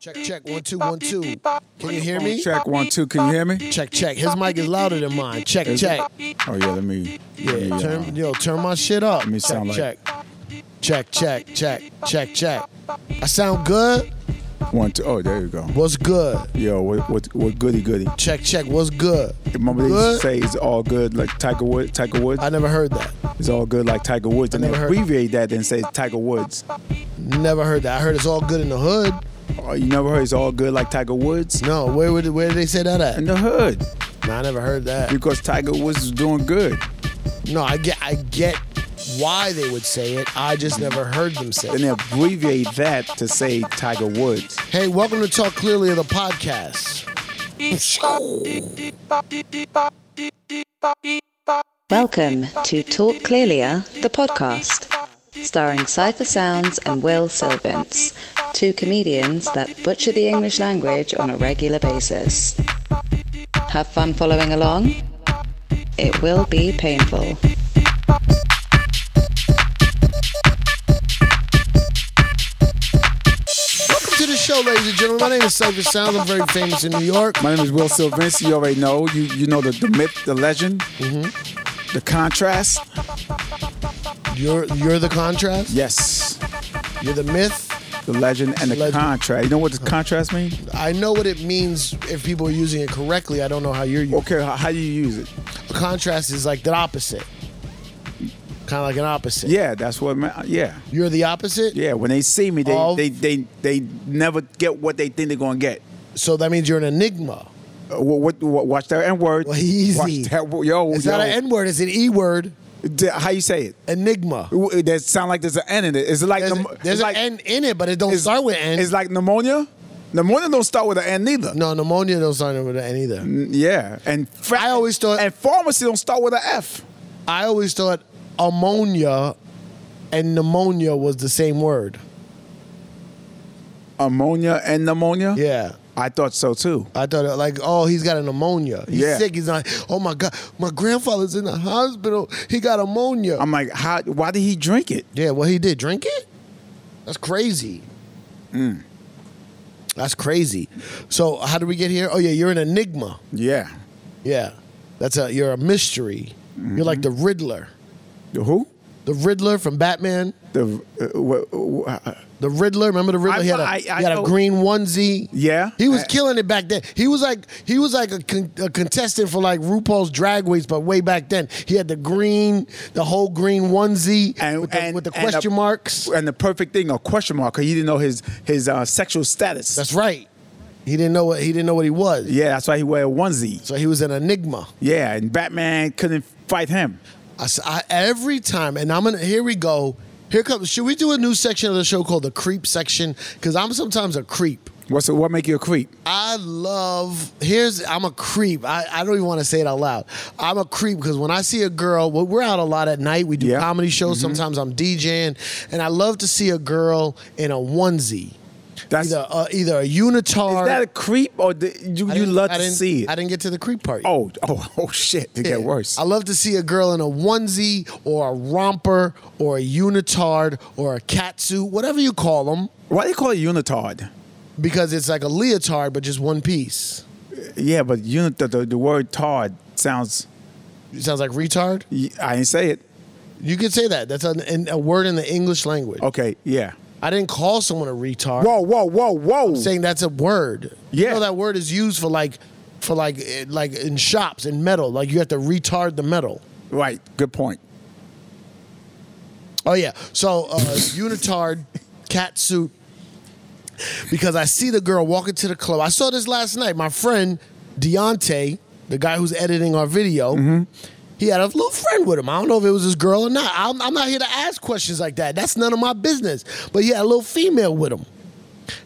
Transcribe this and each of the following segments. Check, check. One, two, one, two. Can you hear me? Check one, two. Can you hear me? Check, check. His mic is louder than mine. Check, Is check. it? Oh yeah, let me. Yeah, let me, uh, turn, yo, turn my shit up. me check, sound like- check. Check, check, check, check, check. I sound good? one, two. Oh, there you go. What's good? Yo, what, what, what goody goody? Check, check. What's good? Remember they used Good? to say it's all good like Tiger Woods. Tiger Woods. I never heard that. It's all good like Tiger Woods, and they never heard- abbreviate that and say Tiger Woods. Never heard that. I heard it's all good in the hood. Oh, you never heard it's all good like Tiger Woods No, where would where did they say that at? in the hood No, I never heard that. because Tiger Woods is doing good. No, I get I get why they would say it. I just never heard them say And it. they abbreviate that to say Tiger Woods. Hey, welcome to Talk Clearly of the podcast. Welcome to Talk Clearlier, the podcast, starring Cypher Sounds and Will Silvins, two comedians that butcher the English language on a regular basis. Have fun following along? It will be painful. Welcome to the show, ladies and gentlemen. My name is Cypher Sounds. I'm very famous in New York. My name is Will Silvestri. You already know. You you know the, the myth, the legend, Mm-hmm. the contrast. You're you're the contrast. Yes, You're the myth. the legend and the Legend. contrast. You know what the contrast means? I know what it means if people are using it correctly. I don't know how you're using. Okay, how, how do you use it? Contrast is like the opposite. Kind of like an opposite. Yeah, that's what. ma- Yeah, You're the opposite. yeah. When they see me, they Of- they, they they never get what they think they're gonna get. So that means you're an enigma. Uh, wha- what, what, watch that N word. Well, easy. Watch that, wo- yo, It's yo. not an N word. It's an E word. D- How you say it? Enigma. W- That sound like there's an N in it. Is it like There's, pneum- there's it's like, an N in it, but it don't it's- start with N. It's like pneumonia. Pneumonia don't start with an N neither. no, pneumonia don't start with an N either. Yeah, and fa- I always thought- and pharmacy don't start with an F. I always thought ammonia and pneumonia was the same word. Ammonia and pneumonia. Yeah. I thought so too. I thought it like, oh, he's got a pneumonia. He's Yeah. sick. He's not. Oh my god, my grandfather's in the hospital. He got ammonia. I'm like, how? Why did he drink it? yeah, well, he did drink it. That's crazy. Mm. That's crazy. So how did we get here? Oh yeah, you're an enigma. Yeah. Yeah, that's a you're a mystery. You're like Mm-hmm. the Riddler, The who? the Riddler from Batman. The uh, what, uh, The Riddler, remember the Riddler? I- he had a, I- I he had a know- green onesie. Yeah. he was I- killing it back then. He was like he was like a, con- a contestant for like RuPaul's Drag Race, but way back then he had the green, the whole green onesie And- with, the, and- with the and a- question marks. and the perfect thing, a question mark, 'cause he didn't know his his uh, sexual status. That's right. He didn't know what he didn't know what he was. yeah, that's why he wear a onesie. So he was an enigma. Yeah, and Batman couldn't fight him. I s I every time, and I'm gonna. Here we go. Here comes. Should we do a new section of the show called the creep section? Because I'm sometimes a creep. What's what make you a creep? I love. Here's. I'm a creep. I, I don't even want to say it out loud. I'm a creep because when I see a girl, well, we're out a lot at night. We do Yeah. Mm-hmm. comedy shows. Sometimes I'm DJing, and I love to see a girl in a onesie, That's either uh, either a unitard. is that a creep or the, you I you didn't- love I to didn't- see it? I didn't get to the creep part. yet. oh oh oh shit! It get Yeah. worse. I love to see a girl in a onesie or a romper or a unitard or a catsuit, whatever you call them, why they call it unitard? because it's like a leotard but just one piece. Yeah, but unit the, the, the word "tard" sounds. It sounds like retard. I ain't say it. You could say that. That's an, an, a word in the English language. Okay, yeah. I didn't call someone a retard. Whoa, whoa, whoa, whoa! saying that's a word. Yeah. You know that word is used for like, for like, eh, like in shops in metal. Like you have to retard the metal. right, good point. Oh yeah. So uh, unitard, cat suit. Because I see the girl walking to the club. I saw this last night. My friend Deontay, the guy who's editing our video, he had a little friend with him. I don't know if it was his girl or not. I'm, I'm not here to ask questions like that. That's none of my business. But he had a little female with him,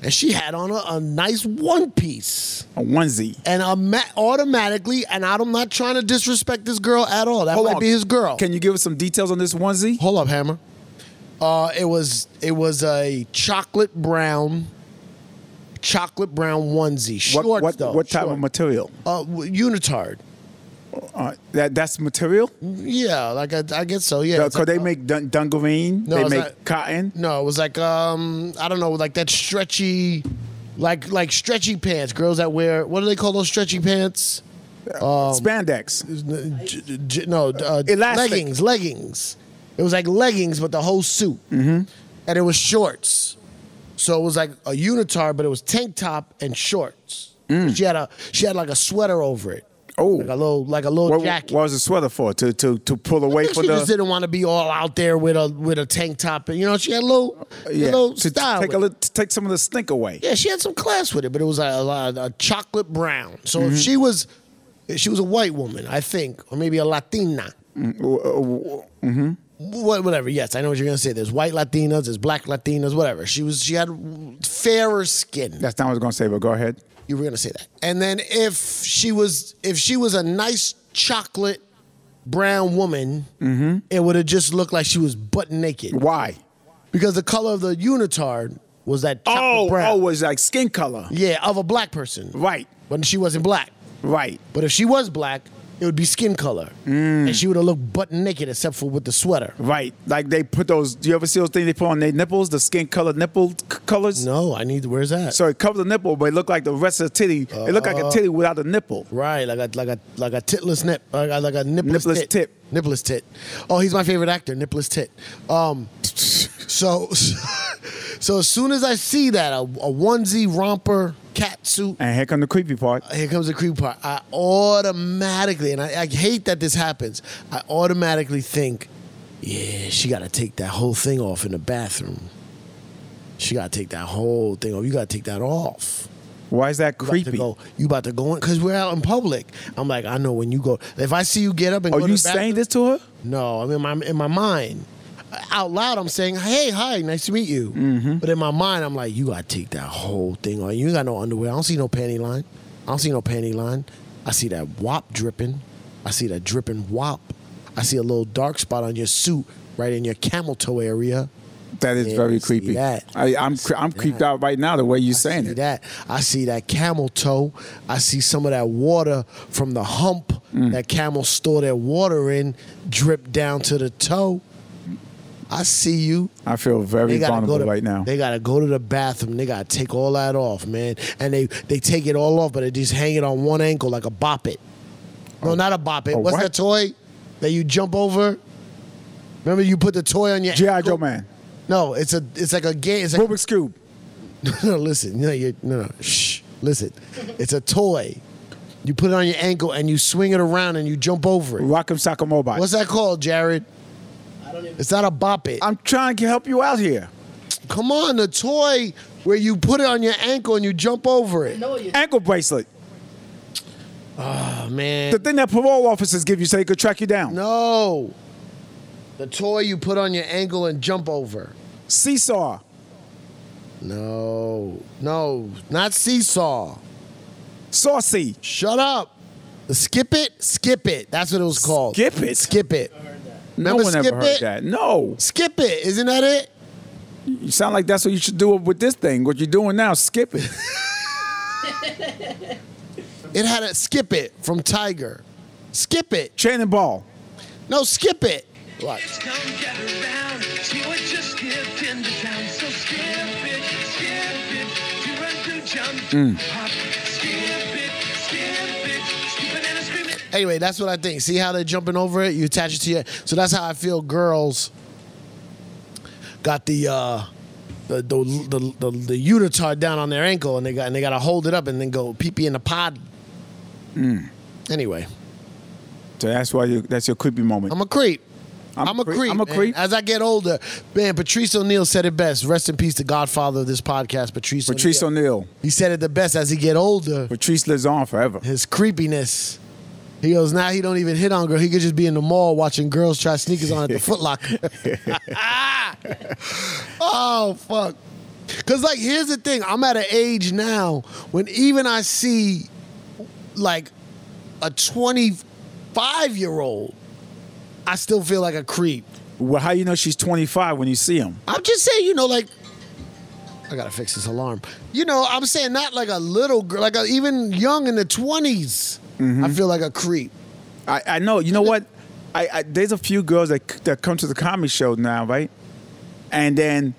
and she had on a, a nice one piece. A onesie. And ama- automatically, and I'm not trying to disrespect this girl at all. That might on. be his girl. Can you give us some details on this onesie? Hold up, Hammer. Uh, it was it was a chocolate brown, chocolate brown onesie. Short what what, though. what type short. of material? Uh, w- unitard. Uh, that that's material. Yeah, like I, I guess so. Yeah. Because it's like, they uh, make dun- dungarine. No, they it's make not- cotton. No, it was like um I don't know, like that stretchy. like like stretchy pants. Girls that wear what do they call those stretchy pants? um, Spandex. N- j- j- no, uh, Elastic. leggings, leggings. It was like leggings, but the whole suit, mm-hmm. and it was shorts. So it was like a unitard, but it was tank top and shorts. She had a she had like a sweater over it. Mm. Oh. like a little like a little What, what jacket. was the sweater for? To to to pull away I think from she just the didn't want to be all out there with a with a tank top, and you know she had a little, a little Uh, to style. take with a it. little, to take some of the stink away. Yeah, she had some class with it, but it was a, a, a chocolate brown. So Mm-hmm. if she was, if she was a white woman, I think, or maybe a Latina. What, whatever. Yes, I know what you're gonna say. There's white Latinas, there's black Latinas, whatever. She was. She had fairer skin. That's not what I was gonna say, but go ahead. You were gonna say that. And then if she was, if she was a nice chocolate brown woman, Mm-hmm. it would have just looked like she was butt naked Why? because the color of the unitard was that chocolate Oh, brown. oh, it was like skin color. Yeah, of a black person. Right, But she wasn't black. right. But if she was black, it would be skin color. Mm. And she would have looked butt naked except for with the sweater. Right, like they put those. Do you ever see those things they put on their nipples, the skin colored nipple c- colors? No, I need where's that? So it covers the nipple, but it looked like the rest of the titty. it looked like a Uh-huh. titty without a nipple. right, like a like a like a titless nip, like a, like a nippless, Nippless tit. tip. Nippless tit. Oh, he's my favorite actor, nippless tit. Um so so as soon as I see that a, a onesie romper cat suit And here come the creepy part. here comes the creep part. I automatically, and I, I hate that this happens. I automatically think, yeah, she got to take that whole thing off in the bathroom. She got to take that whole thing off. You got to take that off. Why is that You about to creepy? go- you about to go in because we're out in public. I'm like, I know when you go. If I see you get up and Are go to you the bathroom- saying this to her? no, I'm in my in my mind. Out loud, I'm saying, "Hey, hi, nice to meet you." Mm-hmm. But in my mind, I'm like, "You gotta take that whole thing on. You ain't got no underwear. I don't see no panty line. I don't see no panty line. I see that wop dripping. I see that dripping wop. I see a little dark spot on your suit, right in your camel toe area. That is Yeah, I very see creepy. that. I, I'm cre- I'm creeped out right now the way you're saying see it. that. I see that camel toe. I see some of that water from the hump Mm. that camels store their water in drip down to the toe. I see you. I feel very vulnerable to, right now. They gotta go to the bathroom. They gotta take all that off, man. And they they take it all off, but they just hang it on one ankle like a bop it. No, not a bop it. Oh. a What's what? that toy that you jump over? Remember you put the toy on your GI ankle? Joe man, No, it's a it's like a game. It's like, Rubik's cube. no, listen. No, you no no. Shh. Listen. It's a toy. You put it on your ankle and you swing it around and you jump over it. Rock'em Sock'em Mobile. What's that called, Jared? It's not a bop it. I'm trying to help you out here. Come on, the toy where you put it on your ankle and you jump over it. Ankle bracelet. Oh, man. The thing that parole officers give you so they could track you down. no. The toy you put on your ankle and jump over. Seesaw. No. No. Not seesaw. Saucy. Shut up. Skip it, skip it. That's what it was called. Skip it? Skip it. No Remember one ever Skip heard It? that. No. Skip it. Isn't that it? You sound like that's what you should do with this thing. What you're doing now, skip it. It had a skip it from Tiger. Skip it. Chain and ball. No, skip it. Watch. Come get around. You were just skipped into town, so skip it, skip it. You run through jump, hop, skip it, skip it. Skipping and a screaming. Anyway, that's what I think. See how they're jumping over it? You attach it to your. So that's how I feel. Girls got the uh, the, the the the the unitard down on their ankle, and they got and they got to hold it up and then go pee pee in the pod. Hmm. Anyway, So that's why you, that's your creepy moment. I'm a creep. I'm I'm, a a creep. creep. I'm a man. creep. As I get older, man, Patrice O'Neill said it best. Rest in peace, the godfather of this podcast, Patrice. Patrice O'Neal. O'Neal. He said it the best. As he get older, Patrice lives on forever. his creepiness. He goes, now he don't even hit on girl. He could just be in the mall watching girls try sneakers on at the Foot Locker. oh, fuck. Because, like, here's the thing. I'm at an age now when even I see, like, a 25-year-old, I still feel like a creep. Well, how you know she's 25 when you see him? I'm just saying, you know, like I gotta fix this alarm. You know, I'm saying not like a little girl, like a, even young in the 20s. I feel like a creep. I, I know. You know what? I, I there's a few girls that that come to the comedy show now, right? And then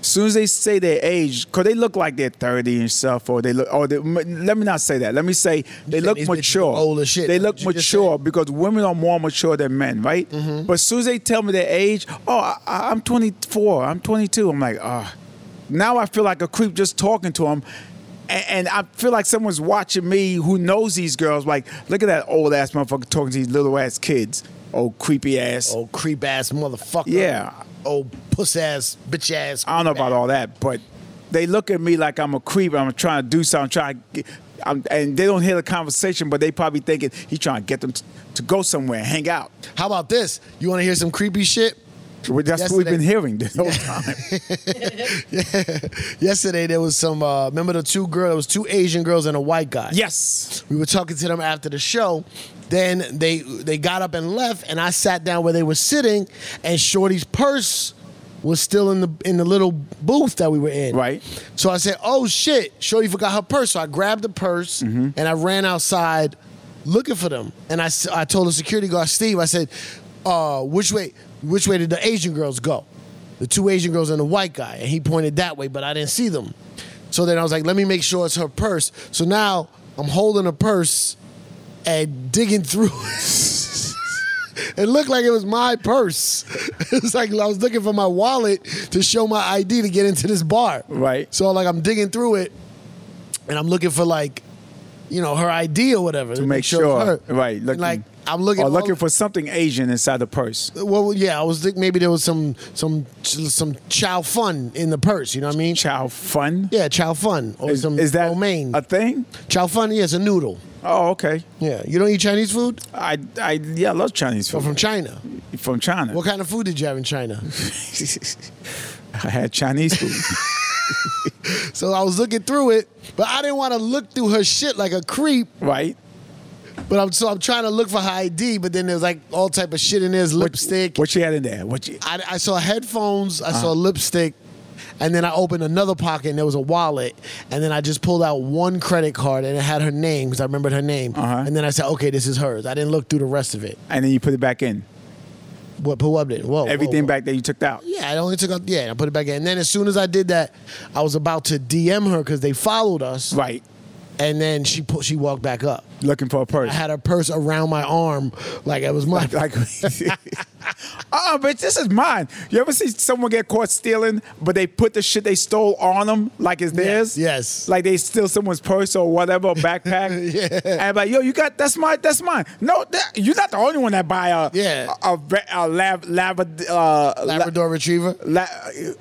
soon as they say their age, cause they look like they're thirty and stuff, or they look. Or they, m- let me not say that. Let me say they said look these bitches mature. look old as shit. They That's look what you just mature Oh, because women are more mature than men, right? But as soon as they tell me their age, oh, I, I- I'm 24, I'm 22. I'm like, ah. Now I feel like a creep just talking to them. And I feel like someone's watching me who knows these girls. Like, look at that old ass motherfucker talking to these little ass kids. Old creepy ass. Old creep ass motherfucker. Yeah. Old puss ass bitch ass. I don't know about all. all that, but they look at me like I'm a creep. I'm trying to do something. Trying, to get, I'm, and they don't hear the conversation, but they probably thinking he's trying to get them to, to go somewhere, and hang out. How about this? You want to hear some creepy shit? Well, That's what we've Yesterday- been hearing the whole time. Yesterday there was some. Uh, remember the two girls? There was two Asian girls and a white guy. yes, We were talking to them after the show. Then they they got up and left, and I sat down where they were sitting, and Shorty's purse was still in the in the little booth that we were in. Right. So I said, "Oh shit, Shorty forgot her purse." So I grabbed the purse and I ran outside looking for them. And I s- I told the security guard Steve, I said, uh, "Which way which way did the Asian girls go?" The two Asian girls and the white guy, and he pointed that way, but I didn't see them. So then I was like, "Let me make sure it's her purse." So now I'm holding a purse and digging through. It looked like it was my purse. It was like I was looking for my wallet to show my ID to get into this bar. Right. So like I'm digging through it, and I'm looking for like, you know, her ID or whatever to make sure. Right, Looking, looking, like I'm looking. or all- looking for something Asian inside the purse. Well, yeah, I was thinking maybe there was some some some chow fun in the purse. You know what I mean? Chow fun. yeah, chow fun or Is, some is that romaine. a thing? chow fun, yeah, it's a noodle. Oh, okay. Yeah, you don't eat Chinese food? I, I yeah, I love Chinese Or food from China? from China. What kind of food did you have in China? I had Chinese food. So I was looking through it, but I didn't want to look through her shit like a creep. right. But I'm so I'm trying to look for her ID, but then there's like all type of shit in there, there's lipstick. What Uh-huh. you had in there? What you? I, I saw headphones, I saw lipstick, and then I opened another pocket and there was a wallet, and then I just pulled out one credit card and it had her name because I remembered her name, Uh-huh. and then I said, okay, this is hers. I didn't look through the rest of it. and then you put it back in. What? Who up it? Oh, Whoa, whoa, Everything whoa. back that you took out. Yeah, I only took out. Yeah, and I put it back in. And then as soon as I did that, I was about to DM her because they followed us, Right. and then she put, she walked back up. Looking for a purse. I had her purse around my arm like it was mine. like, uh, but this is mine. You ever see someone get caught stealing, but they put the shit they stole on them like it's theirs? yes. Like they steal someone's purse or whatever, backpack. Yeah. And I'm like, yo, you got that's mine. That's mine. No, that, you're not the only one that buy a Yeah. a, a, ve- a lab lab uh, Labrador Retriever, La,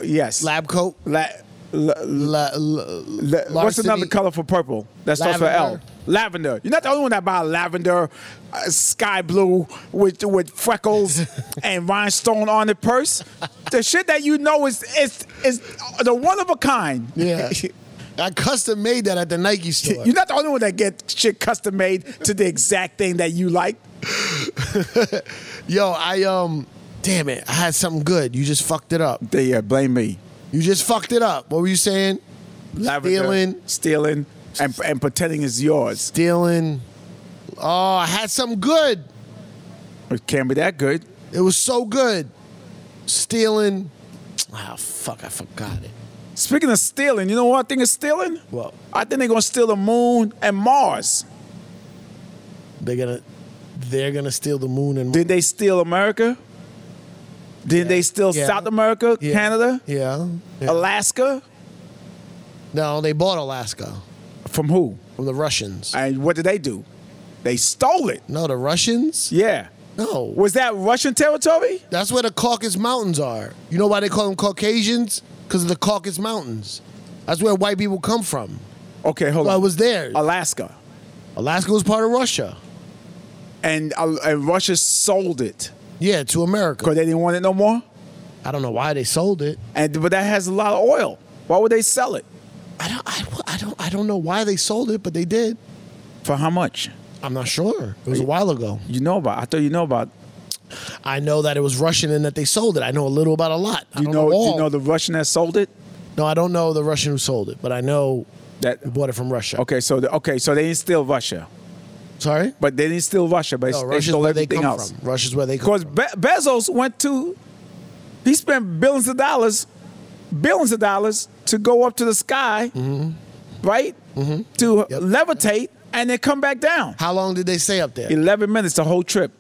yes. lab coat. La, la, La, la- la- what's larceny. another color for purple? That starts with L. Lavender. Lavender. You're not the only one that buy lavender, uh, sky blue with with freckles and rhinestone on the purse. The shit that you know is is is the one of a kind. Yeah. I custom made that at the Nike store. You're not the only one that get shit custom made to the exact thing that you like. Yo, I um, damn it, I had something good. You just fucked it up. They uh, blame me. You just fucked it up. What were you saying? Lavender, Stealing. stealing, and and pretending it's yours. Stealing. Oh, I had something good. It can't be that good. It was so good. Stealing. Ah, fuck, I forgot it. Speaking of stealing, you know what I think is stealing? What? I think they're gonna steal the moon and Mars. They're gonna, they're gonna steal the moon and Did they steal America? Did they steal Yeah. South America, Yeah. Canada, Yeah. yeah. Alaska? No, they bought Alaska From who? from the Russians. And what did they do? They stole it. no, the Russians? Yeah. No. Was that Russian territory? That's where the Caucasus Mountains are. You know why they call them Caucasians? Because of the Caucasus Mountains. That's where white people come from. Okay, hold Well, on. it was theirs. Alaska, Alaska was part of Russia. and uh, and Russia sold it Yeah, to America. because they didn't want it no more. I don't know why they sold it. And but that has a lot of oil. Why would they sell it? I don't. I, I don't. I don't know why they sold it, but they did. For how much? I'm not sure. It was a while ago. You know about? I thought you know about. I know that it was Russian and that they sold it. I know a little about a lot. I You don't know? know, do all. you know the Russian that sold it? no, I don't know the Russian who sold it, but I know That they bought it from Russia. okay, so the, okay, so they didn't steal Russia, Sorry. but they didn't steal Russia, but No, they Russia's stole where they everything come else. from. Russia's where they come Because from. Be- Bezos went to, he spent billions of dollars billions of dollars to go up to the sky, Mm-hmm. right? To levitate and then come back down. How long did they stay up there? 11 minutes the whole trip.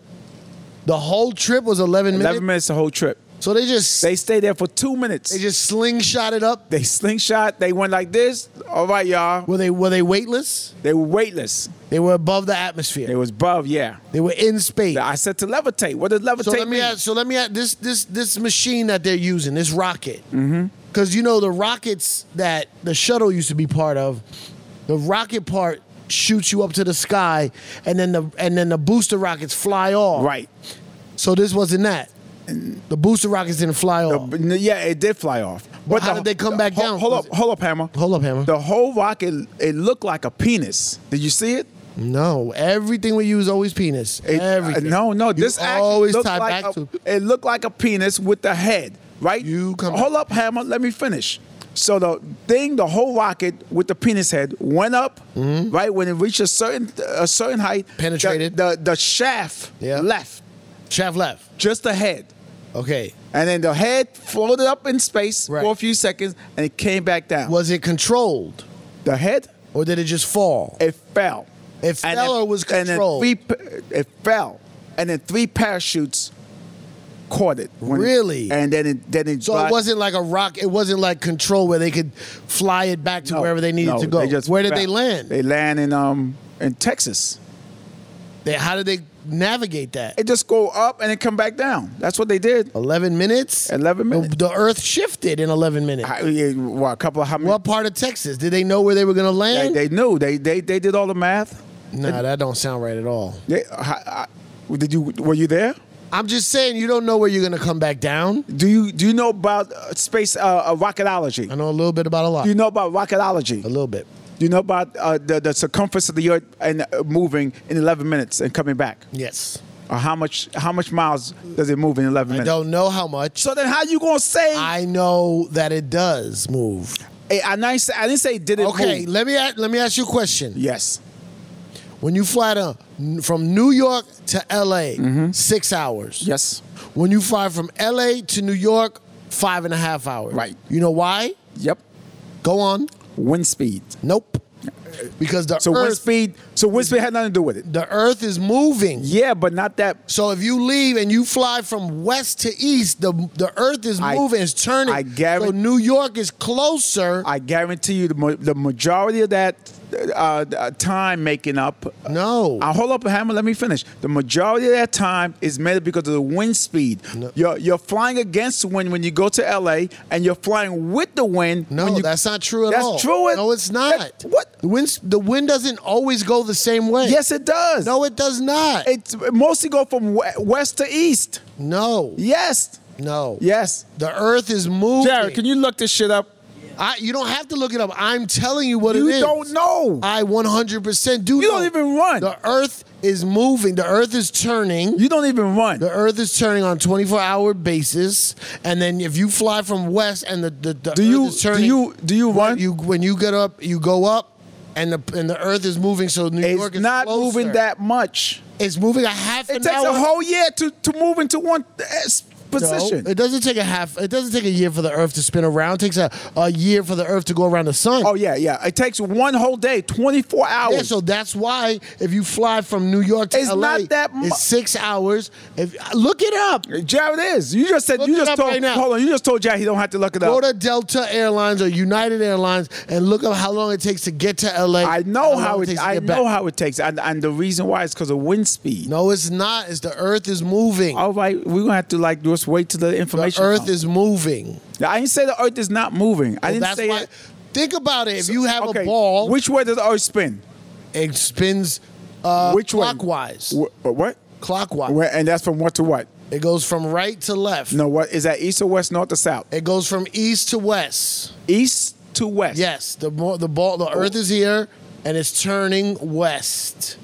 The whole trip was 11 minutes. 11 minutes the whole trip. So they just they, They stayed there for two minutes. They, just slingshotted up. slingshot. They went like this. All right, y'all. Were they were they weightless? They were weightless. They were above the atmosphere. They was above, yeah. They were in space. I said to levitate. What does levitate So let me mean? ask, so let me ask this this this machine that they're using, this rocket. Mm-hmm. Cause you know the rockets that the shuttle used to be part of, the rocket part shoots you up to the sky and then the and then the booster rockets fly off. Right. So this wasn't that. The booster rockets didn't fly off. But, n- yeah, it did fly off. But how did they come back ho- down? Hold Was up, it- hold up, Hammer. Hold up, Hammer. The whole rocket, it looked like a penis. Did you see it? No, everything we use always penis. It- everything. uh, no, no. You This actually always looked tie like back a, to. It looked like a penis with the head, right? You come- Hold up, Hammer. Let me finish. So the thing, the whole rocket with the penis head went up, right? When it reached a certain a certain height, the- Mm-hmm. Penetrated. the the, shaft Yeah. left, Shaft left. just the head, Okay. and then the head floated up in space Right. for a few seconds, and it came back down. Was it controlled the head? or did it just fall? It fell. It And fell then- or was and then controlled? three pa- it fell, and then three parachutes caught it. when it- Really? and then it then it. So dropped- it wasn't like a rock. It wasn't like control where they could fly it back to No, wherever they needed no, to go. they just where did fell. they land? They land in um in Texas. They- how did they navigate that? It just go up and then come back down. That's what they did. Eleven minutes. 11 The- minutes. The, Earth shifted in eleven minutes. I, yeah, well, a couple of how many? what part of Texas did they know where they were gonna they, land? they knew. They they they did all the math. nah, that don't sound right at all. They, I, I, did you were you there? I'm just saying you don't know where you're gonna come back down. Do you do you know about uh, space uh, uh, rocketology? I know a little bit about a lot. Do you know about rocketology? a little bit. You know about uh, the, the circumference of the earth and uh, moving in 11 minutes and coming back? Yes. Or how much how much miles does it move in 11 I minutes? don't know how much. So then, how you gonna say? I, I know that it does move. I, didn't say- I didn't say did it Okay, move. let me a- let me ask you a question. Yes. When you fly to from New York to LA, six hours. Mm-hmm. Yes. When you fly from LA to New York, five and a half hours. Right. You know why? Yep. Go on. Wind speed. Nope. Because the So wind earth speed. So wind speed had nothing to do with it. the earth is moving. Yeah, but not that. So if you leave and you fly from west to east, the the earth is I- moving, it's turning. I guarantee- So New York is closer. I guarantee you, the, ma- the majority of that uh, uh, time making up. No. I'll hold up a hammer. Let me finish. The majority of that time is made up because of the wind speed. You're, you're flying against the wind when you go to LA, and you're flying with the wind. no, when you, that's not true at That's all. true. It- No, it's not. that- what? The wind the wind doesn't always go the same way. Yes, it does. No, it does not. it's it mostly go from we- west to east. no. Yes. No. Yes. The earth is moving. Jared, can you look this shit up? I, you don't have to look it up. I'm telling you what You it is. don't know. I 100% do. You don't know. even run. The Earth is moving. The Earth is turning. You don't even run. the Earth is turning on 24 hour basis, and then if you fly from west and the the, the Do Earth you- is turning, do you- do you when run? You when you get up, you go up, and the and the Earth is moving. So New It's York is not closer. moving that much. It's moving a half It an takes hour. a whole year to, to move into one uh, s- No, position. it doesn't take a half. It doesn't take a year for the Earth to spin around. It takes a, a year for the Earth to go around the sun. oh yeah, yeah. It takes one whole day, twenty four hours. Yeah, so that's why if you fly from New York to It's LA, not that mu- it's six hours. If look it up, Jared is. You just said Look you it just up told. right now. hold on, you just told Jared he don't have to look it go up. to Delta Airlines or United Airlines and look up how long it takes to get to LA. I know and long how it. takes to I get know back. how it takes, and, and the reason why is because of wind speed. No, it's not. It's the Earth is moving. All right, we're gonna have to like just Oh, wait till the the information. Earth comes. is moving. I didn't say the Earth is not moving. I So didn't that's say why. it. Think about it. If you have Okay, a ball, Which way does the Earth spin? it spins uh, which way? clockwise. Wh- uh, what? Clockwise. Where, and that's from what to what? It goes from right to left. No, what is that? East or west? North or south? It goes from east to west. East to west. Yes, the more the ball, Oh. the Earth is here, and it's turning west.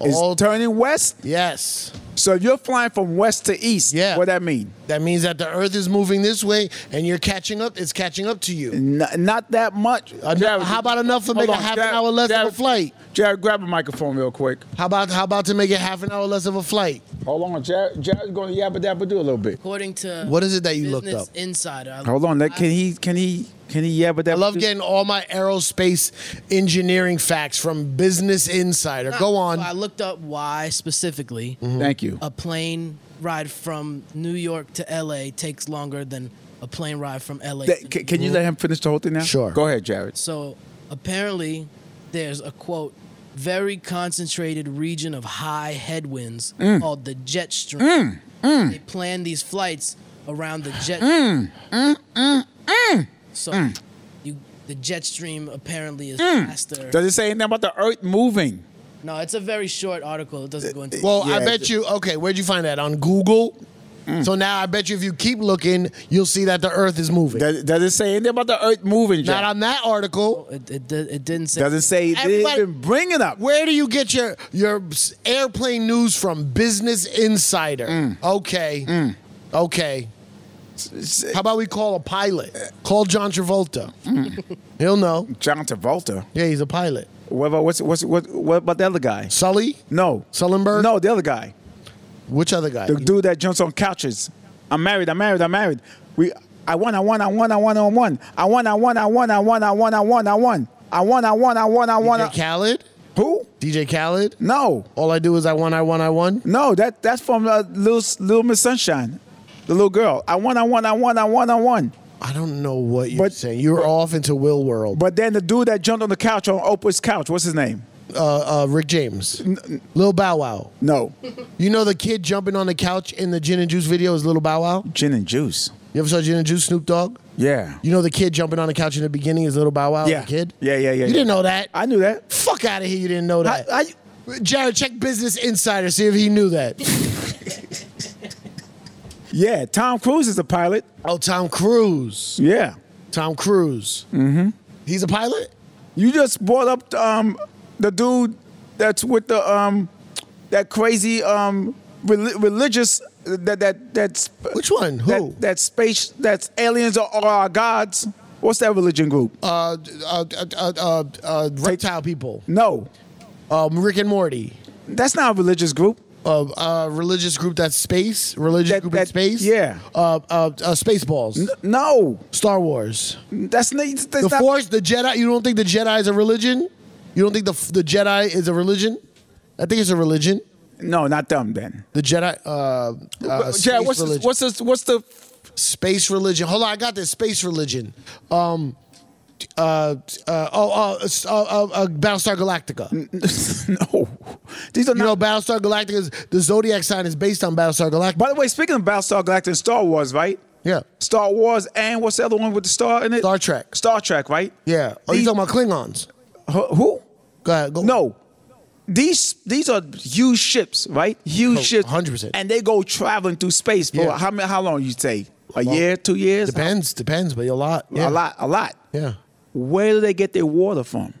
It's All- turning west. yes, So if you're flying from west to east, Yeah. what that mean? that means that the Earth is moving this way, and you're catching up. It's catching up to you. N- not that much. Enough- Jared, how about enough to hold make a on, half Jared- an hour less of Jared- a flight? Jared, grab a microphone real quick. How about how about to make it half an hour less of a flight? Hold on, Jared, Jared's going to yabba dabba do a little bit. According to What is it that you looked Business up? Insider. I Hold on, let- can he? Can he? Can he yabba dabba? I love do- getting all my aerospace engineering facts from Business Insider. Go on. Mm-hmm. I looked up why specifically Thank you. Uh, a plane ride from New York to L.A. takes longer than a plane ride from L.A. Th- to can, can you let him finish the whole thing now? Sure. Go ahead, Jared. So apparently, there's a quote, very concentrated region of high headwinds Mm. called the jet stream. They plan these flights around the jet. Mm, So you, the jet stream apparently is Mm. faster. Does it say anything about the Earth moving? no, it's a very short article. It doesn't go into. Well, I Yeah. Mm. bet you. Okay, where'd you find that on Google? So now I bet you if you keep looking, you'll see that the Earth is moving. Does, does it say anything about the Earth moving, Not Jared? on that article. it, it, di- it didn't say. Doesn't say. It's Everybody- been bringing up. Where do you get your your s- airplane news from? Business Insider. Mm. Okay. Okay. How about we call a pilot? Uh. Call John Travolta. Mm. He'll know. John Travolta. Yeah, he's a pilot. What about what's what's what, what about the other guy? Sully? No. Sullenberg? No, the other guy. Which other guy? The dude that jumps on couches. I'm married. I'm married. I'm married. We. I won. I won. I won. I won. I won. I won. I won. I won. I won. I won. I won. I won. I won. I won. I won. I won. DJ Khaled? Who? DJ Khaled? No. All I do is I won, I won, I won. No. That that's from uh, little little Miss Sunshine, the little girl. I won. I won. I won. I won. I won. I don't know what you're But- saying. You're off into Will World. But then the dude that jumped on the couch on Oprah's couch. What's his name? uh, uh, Rick James. Lil Bow Wow. No. You know the kid jumping on the couch in the Gin and Juice video is Lil Bow Wow? Gin and juice. You ever saw Gin and Juice Snoop Dogg? Yeah. You know the kid jumping on the couch in the beginning is Little Bow Wow, Yeah. the kid? Yeah, yeah, yeah, You yeah. didn't know that? I knew that. Fuck out of here, you didn't know that. I- Jared, check Business Insider, see if he knew that. Yeah. Tom Cruise is a pilot. oh, Tom Cruise. Yeah. Tom Cruise. Mm-hmm. He's a pilot? You just brought up um, the dude that's with the um, that crazy um, reli- religious that that that's Which one? Who? that, that space that's aliens are, are our gods. What's that religion group? uh, uh, uh, uh, uh, uh, reptile people. no, Um, Rick and Morty. that's not a religious group. Uh, uh, religious group that's space. Religious That- group in that- space. yeah. Uh, uh, uh, Spaceballs. No, Star Wars. that's, not- that's The not. Force, the Jedi. You don't think the Jedi is a religion? You don't think the the Jedi is a religion? I think it's a religion. No, not them then. The Jedi, uh, uh, space yeah, what's religion. the, what's the, what's the space religion? Hold on, I got this space religion. Um, uh, uh, oh, uh, uh, uh, uh, Battlestar Galactica. no? These are You not. know, Battlestar Galactica. Is, the zodiac sign is based on Battlestar Galactica. By the way, speaking of Battlestar Galactica and Star Wars, right? yeah, Star Wars and what's the other one with the star in it? Star Trek. Star Trek, right? yeah. Oh, you These- talking about Klingons? Huh, Who? Go ahead. Go. No. These these are huge ships, right? Huge Oh, ships. 100%. And they go traveling through space for Yeah. how many, how long you say? A year, two years? depends. Depends, but a lot. Yeah. A lot, a lot. Yeah. Where do they get their water from?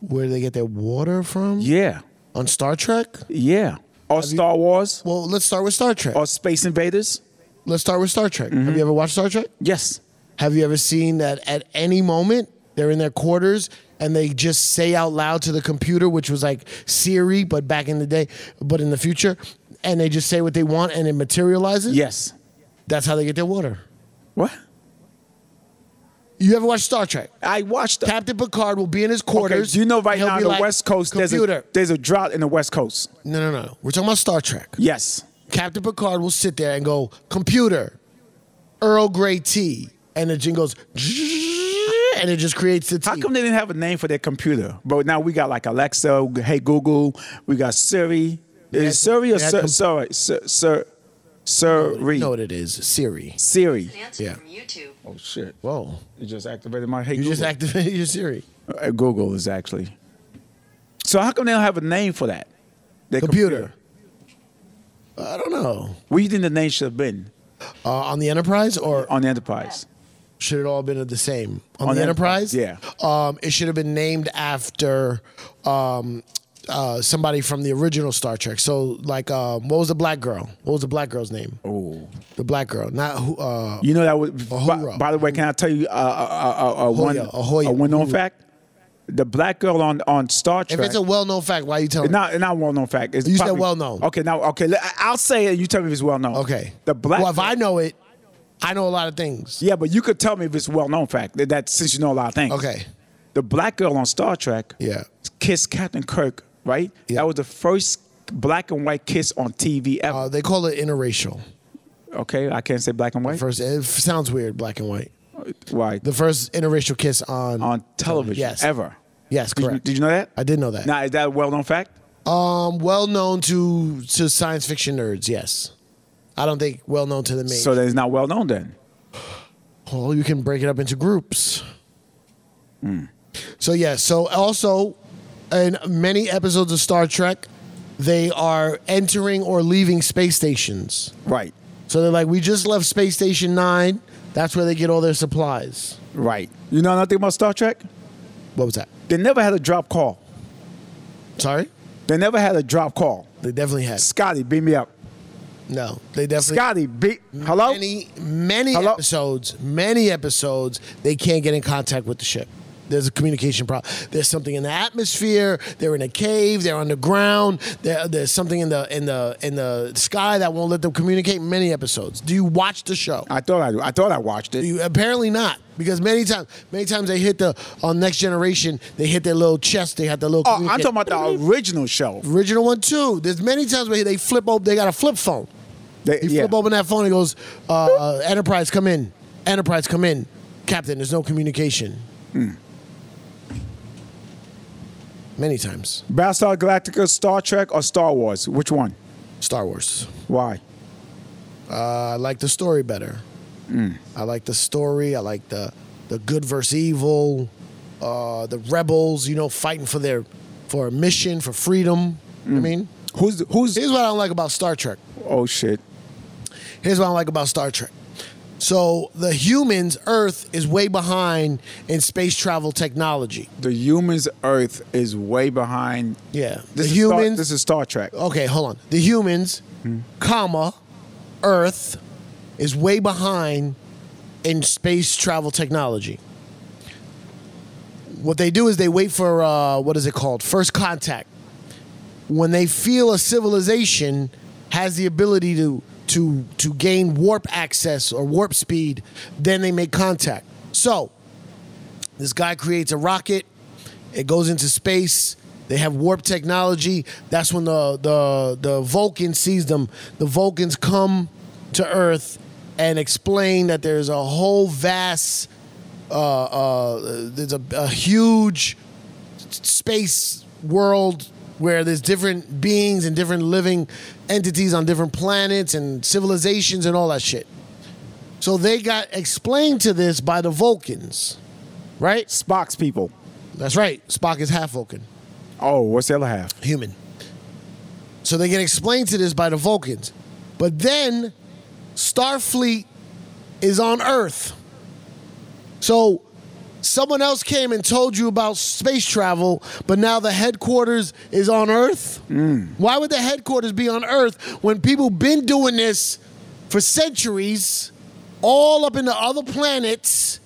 Where do they get their water from? Yeah. On Star Trek. Yeah. Or Star Wars? Well, let's start with Star Trek. Or Space Invaders? Let's start with Star Trek. Mm-hmm. Have you ever watched Star Trek? Yes. Have you ever seen that at any moment they're in their quarters and they just say out loud to the computer, which was like Siri, but back in the day, but in the future, and they just say what they want and it materializes? Yes. That's how they get their water. What? You ever watch Star Trek? I watched the Captain Picard will be in his Okay, quarters. do you know right and he'll now be on the like, West Coast there's a, Computer. there's a drought in the West Coast? no, no, no. We're talking about Star Trek. Yes. Captain Picard will sit there and go, computer, Earl Grey tea. And the jingle goes, and it just creates the tea. How come they didn't have a name for their computer? But now we got like Alexa, Hey Google, we got Siri. had- Is Siri or they had Sir, com- Siri? Sir, Sir, Siri. You know what it is, Siri. Siri. Yeah. Oh shit! Whoa. You just activated my Hey You Google. just activated your Siri. Uh, Google is actually. So how come they don't have a name for that? Their Computer. I don't know. What do you think the name should have been Uh, on the Enterprise, or on the Enterprise? should it all have been the same? On, On the the Enterprise? Enterprise, Um, it should have been named after um, uh, somebody from the original Star Trek. So, like, um, what was the black girl? What was the black girl's name? Oh. The black girl. Not who. Uh, You know that would. By, Uhura. by the way, can I tell you uh, uh, uh, uh, one Ahoya, Ahoya, a one known Uhura. fact? the black girl on on Star Trek. If it's a well-known fact, why are you telling? me? Not not well known fact. It's You said well-known. Okay, now okay, le- I'll say it. You tell me if it's well known. Okay. The black. Well, if girl- I know it, I know a lot of things. yeah, but you could tell me if it's well known fact that, that since you know a lot of things. Okay. The black girl on Star Trek. Yeah. Kissed Captain Kirk. Right. Yeah. That was the first black and white kiss on TV ever. Uh, they call it interracial. okay, I can't say black and white. First, it sounds weird, black and white. Why? The first interracial kiss on on television Yes. ever. Yes, Did you- correct. Did you, know that? I did know that. Now is that a well known fact? Um, well known to to science fiction nerds. Yes, I don't think well known to the main. So that is not well known then. Well, you can break it up into groups. Hmm. So yeah. So also, in many episodes of Star Trek, they are entering or leaving space stations. Right. So they're like, we just left Space Station Nine. That's where they get all their supplies. Right. You know nothing about Star Trek? What was that? They never had a drop call. Sorry, They never had a drop call. they definitely had. Scotty, beat me up. No, they definitely. Scotty, beat. Hello. many many Hello? episodes many episodes they can't get in contact with the ship there's a communication problem there's something in the atmosphere they're in a cave they're underground there, there's something in the in the in the sky that won't let them communicate many episodes do you watch the show I thought I, I thought I watched it. you, apparently not because many times many times they hit the on next generation they hit their little chest they had the little Oh, I'm communicate- talking about the original show. original one too there's many times where they flip open they got a flip phone They, you yeah. flip open that phone and it goes, uh, uh, Enterprise, come in. Enterprise, come in. Captain, there's no communication. Hmm. Many times. Battlestar Galactica, Star Trek, or Star Wars? Which one? Star Wars. Why? I like the story better. Hmm. I like the story. I like the the good versus evil. Uh, the rebels, you know, fighting for their for a mission, for freedom. Hmm. I mean, Who's who's? here's what I don't like about Star Trek. Oh shit. Here's what I like about Star Trek. So the humans, Earth, is way behind in space travel technology. The humans Earth is way behind. Yeah. This the is Star- humans. this is Star Trek. okay, hold on. The humans, comma, Earth, is way behind in space travel technology. What they do is they wait for uh, what is it called? First contact. When they feel a civilization has the ability to to to gain warp access or warp speed, then they make contact. So this guy creates a rocket. It goes into space. They have warp technology. That's when the the the Vulcan sees them. The Vulcans come to Earth and explain that there's a whole vast, uh, uh, there's a, a huge space world where there's different beings and different living entities on different planets and civilizations and all that shit. So they got explained to this by the Vulcans, right? Spock's people. That's right. Spock is half Vulcan, Oh, what's the other half? human. So they get explained to this by the Vulcans. But then Starfleet is on Earth. So someone else came and told you about space travel, but now the headquarters is on Earth? Why would the headquarters be on Earth when people been doing this for centuries, all up into other planets?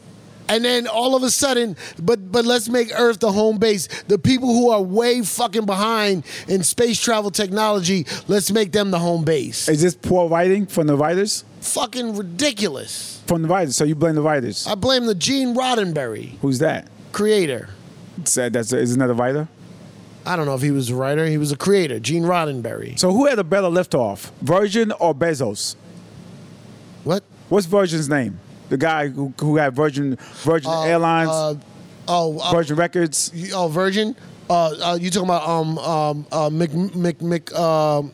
And then all of a sudden, but but let's make Earth the home base. The people who are way fucking behind in space travel technology, let's make them the home base. Is this poor writing from the writers? fucking ridiculous. From the writers. So you blame the writers. I blame the Gene Roddenberry Who's that? creator. Said that's is another writer. I don't know if he was a writer. He was a creator, Gene Roddenberry. So who had a better liftoff, Virgin or Bezos? What? What's Virgin's name? The guy who, who had Virgin Virgin Airlines, Uh, oh, uh, Virgin Records. you- oh, Virgin. Uh, uh, you talking about um um uh, Mc Mc Mc um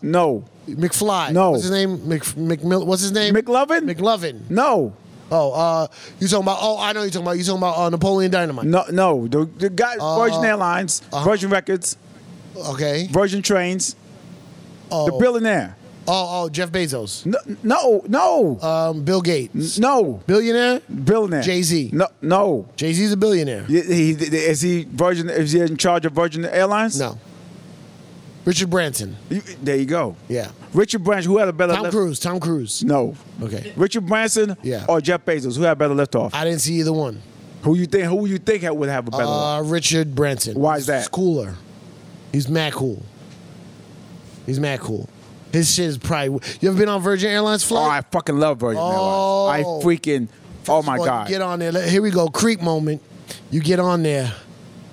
No, McFly? No. What's his name? Mc McMill. What's his name? McLovin. McLovin. no, Oh, uh, you talking about? Oh, I know you talking about. You talking about uh, Napoleon Dynamite? no, no. The, the guy Uh, Virgin Airlines, uh-huh. Virgin Records, Okay. Virgin Trains. The billionaire. Oh, oh, Jeff Bezos. No, no, no, Um, Bill Gates. no. Billionaire. Billionaire. Jay-Z. No, no. Jay Z's a billionaire. Y- he- Is he Virgin? Is he in charge of Virgin Airlines? No. Richard Branson. You- There you go. Yeah. Richard Branson, who had a better Tom lift- Cruise. Tom Cruise. No. Okay. Richard Branson Yeah. or Jeff Bezos, who had better liftoff? I didn't see either one. Who you think? Who you think would have a better? look? Uh, Richard Branson. Why is that? He's cooler. He's mad cool. He's mad cool. His shit is probably. You ever been on Virgin Airlines oh, flight? I fucking love Virgin Oh. Airlines. I freaking. Oh my Well, god. Get on there. Let- Here we go. Creep moment. You get on there,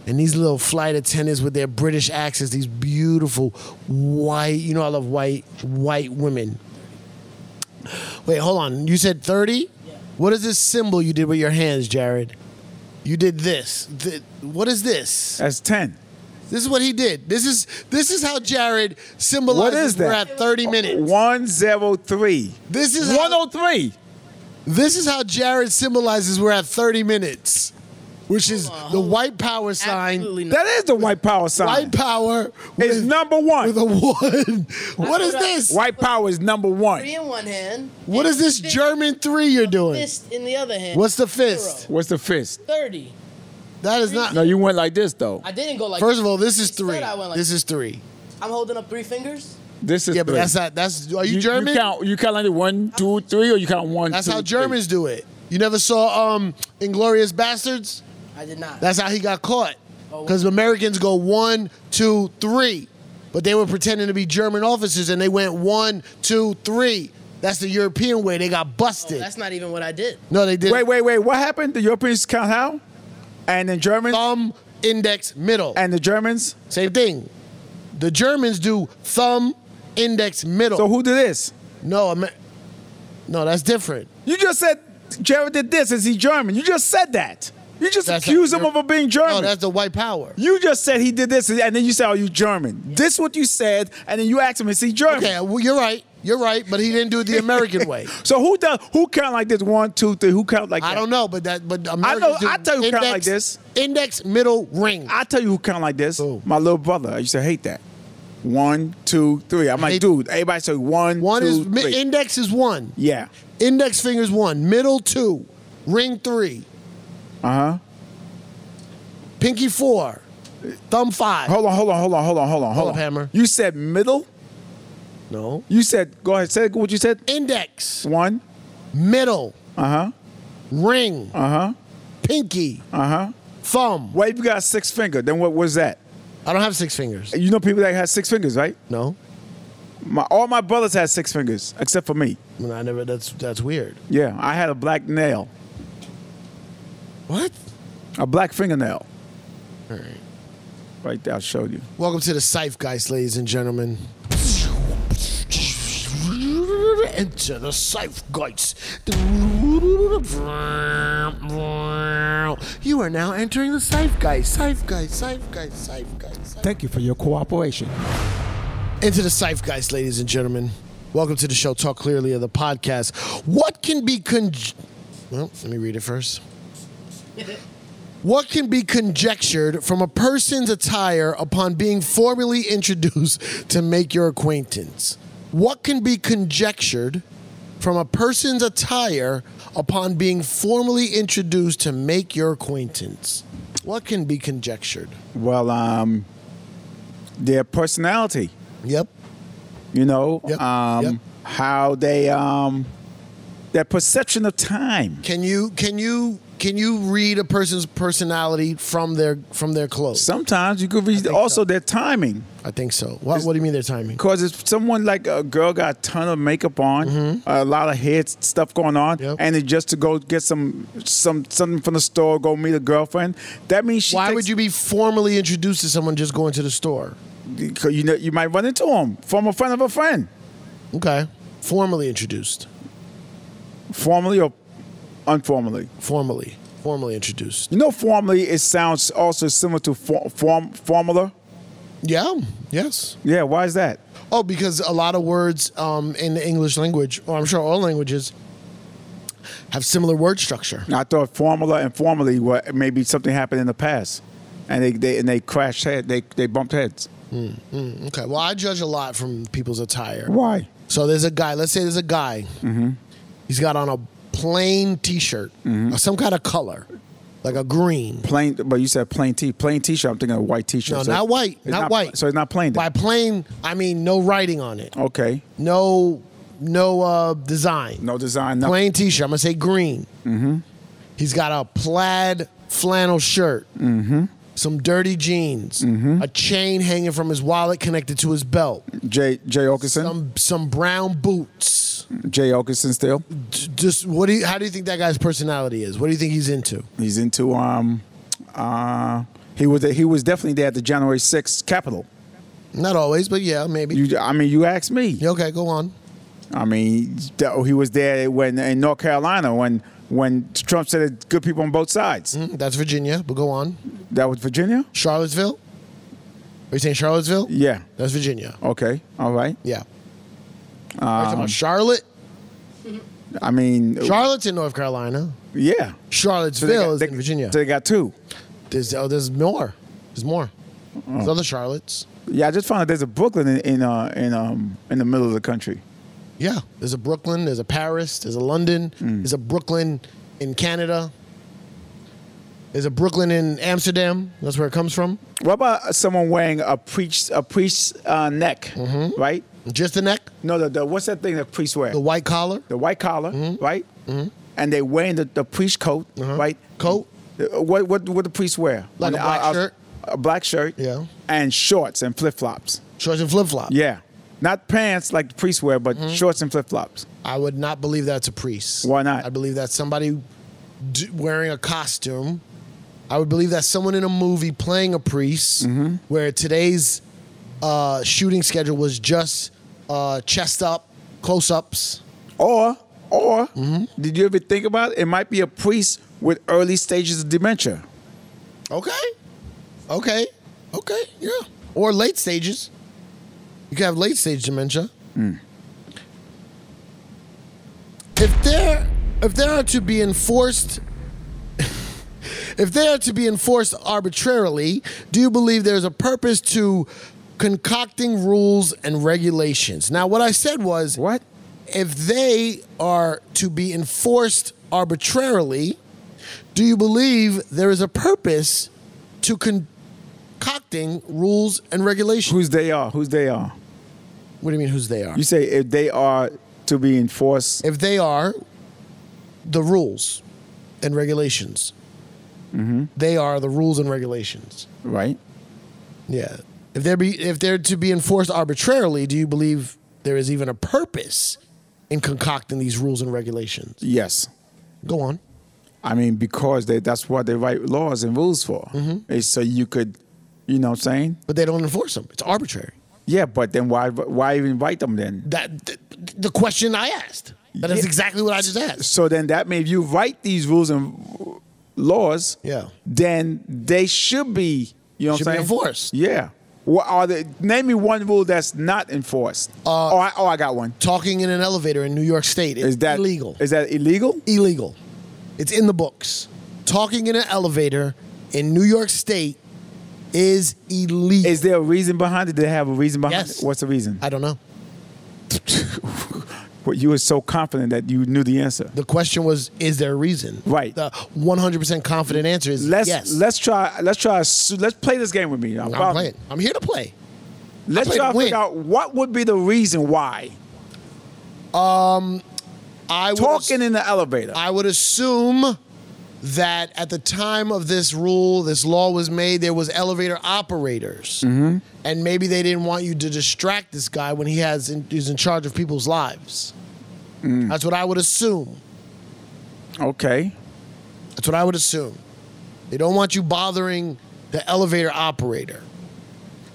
and these little flight attendants with their British accents, these beautiful white. You know, I love white white women. Wait, hold on. You said thirty. What is this symbol you did with your hands, Jared? You did this. Th- what is this? That's ten. This is what he did. This is this is how Jared symbolizes What is that? we're at 30 minutes. One zero three. This is One how, zero three. this is how Jared symbolizes we're at 30 minutes, which is the white power sign. Absolutely not. That is the white power sign. White power It's with, number one. with a one. what is this? White power is number one. Three in one hand. What is this Fist- German three you're doing? Fist in the other hand. What's the fist? Zero. What's the fist? Thirty. That is not. No, you went like this though. I didn't go like. First of all, this is Instead, three. I went like- This is three. I'm holding up three fingers. This is Yeah, but three. that's not. That's are you, German? You count. You count like one, two, three, or you count one. that's two, how three? Germans do it. You never saw um, Inglorious Bastards? I did not. That's how he got caught. Because Americans go one, two, three. But they were pretending to be German officers and they went one, two, three. That's the European way. They got Oh, busted. that's not even what I did. no, they did Wait, wait, wait. What happened? The Europeans count how? And the Germans? thumb, index, middle. And the Germans? Same thing. The Germans do thumb, index, middle. So who did this? no, Amer- no, that's different. You just said Jared did this. Is he German? You just said that. You just That's accused not- him of being German. No, that's the white power. you just said he did this, and then you said, "Are you German?" This what you said, and then you asked him, "Is he German?" Okay, well, you're right. You're right, but he didn't do it the American way. So who does who count like this? One, two, three. Who count like I that? don't know, but that but Americans do I tell you kinda index, like this. Index, middle, ring. I tell you who count like this. Who? My little brother. I used to hate that. One, two, three. I'm like, hate- dude. Everybody say one, One two, is mi- three." index is one. yeah. Index fingers one. Middle two. Ring three. Uh huh. Pinky four. Thumb five. Hold on, hold on, hold on, hold on, hold on, hold up, on. Hammer. You said middle. No. You said go ahead. Say what you said. Index. One. Middle. Uh huh. Ring. Uh huh. Pinky. Uh huh. Thumb. What if you got six finger? Then what was that? I don't have six fingers. You know people that had six fingers, right? No. My all my brothers had six fingers except for me. I, mean, I never. That's that's weird. Yeah, I had a black nail, What? a black fingernail. Right there, I'll show you. Welcome to the Zeitgeist, ladies and gentlemen. Enter the Zeitgeist. You are now entering the Zeitgeist. Zeitgeist, Zeitgeist, Zeitgeist. Zeitgeist. Thank you for your cooperation. Into the Zeitgeist, ladies and gentlemen. Welcome to the show, Talk Clearly of the podcast. What can be con... Well, let me read it first. What can be conjectured from a person's attire upon being formally introduced to make your acquaintance? What can be conjectured from a person's attire upon being formally introduced to make your acquaintance? What can be conjectured? Well, um, their personality, Yep. you know, Yep, um, yep. how they, um, their perception of time. Can you can you can you read a person's personality from their from their clothes? Sometimes you could read also their timing, I think so. What, what do you mean their timing? because if someone like a girl got a ton of makeup on, a lot of hair stuff going on, Mm-hmm. Yep. and it's just to go get some some something from the store, go meet a girlfriend. That means she. Why takes- would you be formally introduced to someone just going to the store? Because you know you might run into him from a friend of a friend, Okay. Formally introduced. formally or informally. Formally. Formally introduced. You know, formally it sounds also similar to for, form formula. Yeah. Yes. Yeah, why is that? Oh, because a lot of words um, in the English language, or I'm sure all languages, have similar word structure. I thought formula and formally were maybe something happened in the past, and they, they and they crashed head. They they bumped heads. Okay. Well, I judge a lot from people's attire. Why? So there's a guy. Let's say there's a guy. Mm-hmm. He's got on a plain T-shirt, Mm-hmm. of some kind of color, like a green. Plain, but you said plain t plain t shirt. I'm thinking of white t shirt. No, not white, it's not white. So it's not plain. By Then. plain, I mean no writing on it, Okay, no no uh, design. no Mm-hmm. design. No. Plain T-shirt. I'm gonna say green. He's got a plaid flannel shirt, Mm-hmm. some dirty jeans, a chain hanging from his wallet connected to his belt, Jay Jay Okerson. some some brown boots. Jay Okerson still. J- Just what do you? How do you think that guy's personality is? What do you think he's into? He's into um uh he was he was definitely there at the January 6th Capitol. Not always, but yeah, maybe. You I mean you asked me. Yeah, okay, go on. I mean that- he was there when in North Carolina when when Trump said it's good people on both sides. Mm, That's Virginia, but go on. That was Virginia? Charlottesville. Are you saying Charlottesville? Yeah. That's Virginia. Okay. All right. Yeah. Um, Are you talking about Charlotte? I mean Charlotte's in North Carolina. yeah. Charlottesville got- is in Virginia. So they got two. There's oh, there's more. There's more. There's Oh. other Charlottes. Yeah, I just found out there's a Brooklyn in in uh, in um in the middle of the country. Yeah. There's a Brooklyn. There's a Paris. There's a London. Hmm. There's a Brooklyn in Canada. There's a Brooklyn in Amsterdam. That's where it comes from. What about someone wearing a priest a priest's uh, neck, right? Just the neck, No, the, the what's that thing that priests wear? Mm-hmm. the Mm-hmm. white collar. the white collar, right? And they wearing the, the priest coat, right? Mm-hmm. Coat. Uh, What what what the priest wear? Like On a the- black uh, uh, shirt? A black shirt. Yeah. And shorts and flip flops. Shorts and flip flop. Yeah. Not pants like the priests wear, but Mm-hmm. shorts and flip flops. I would not believe that's a priest. Why not? I believe that's somebody d- wearing a costume. I would believe that's someone in a movie playing a priest, Mm-hmm. where today's uh, shooting schedule was just uh, chest up, close ups. Or or Mm-hmm. did you ever think about it? it might be a priest with early stages of dementia. Okay. Okay. Okay. Yeah. Or late stages. You can have late stage dementia. If there if there are to be enforced if they are to be enforced arbitrarily, do you believe there's a purpose to concocting rules and regulations? Now what I said was What? if they are to be enforced arbitrarily, do you believe there is a purpose to concocting rules and regulations? Who's they are? Who's they are? What do you mean, whose they are? You say if they are to be enforced. If they are the rules and regulations, they are the rules and regulations. Right. Yeah. If they're be if they're to be enforced arbitrarily, do you believe there is even a purpose in concocting these rules and regulations? Yes. Go on. I mean, because they, that's what they write laws and rules for. Mm-hmm. Is so you could, you know what I'm saying? But they don't enforce them. It's arbitrary. Yeah, but then why why even write them then? That th- the question I asked. That is Yeah. exactly what I just asked. So then that means if you write these rules and laws, Yeah. then they should be, you know Should be what I'm saying? enforced. Yeah. What are they, name me one rule that's not enforced. Uh, oh, I, oh, I got one. Talking in an elevator in New York State is, Is that illegal. Is that illegal? illegal. It's in the books. Talking in an elevator in New York State is illegal. Is there a reason behind it? Do they have a reason behind Yes. it? What's the reason? I don't know. well, you were so confident that you knew the answer. The question was, is there a reason? Right. The 100% confident answer is Let's yes. let's try let's try let's play this game with me. I'm, I'm playing. I'm here to play. Let's I play try to to figure win. out what would be the reason why I would talking in the elevator. I would assume that at the time of this rule, this law was made, there was elevator operators, and maybe they didn't want you to distract this guy when he has in, he's in charge of people's lives. That's what I would assume. okay, That's what I would assume. They don't want you bothering the elevator operator.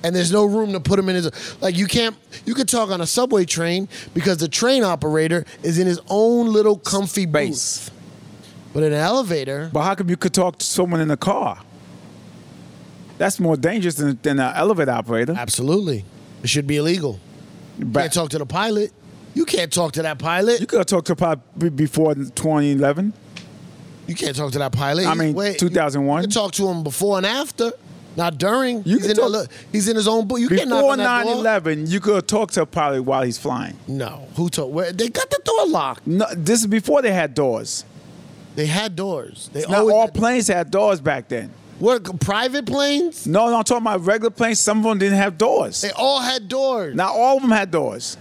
And there's no room to put him in his like you can't you could talk on a subway train because the train operator is in his own little comfy booth. base. But in an elevator, But how come you could talk to someone in the car? That's more dangerous than, than an elevator operator. Absolutely. It should be illegal. You But can't talk to the pilot. You can't talk to that pilot. you could have talked to probably before 2011. You can't talk to that pilot. I He's mean, way- 2001. You can talk to him before and after, not during. You he's, can in the talk- look, he's in his own book. You can't knock Before on that 9 door. 11, you could have talked to a pilot while he's flying. No. Who told? Where, they got the door locked. No, this is before they had doors. They had doors. They Not always all had- planes had doors back then. what, private planes. No, no, I'm talking about regular planes. Some of them didn't have doors. They all had doors. Not all of them had doors.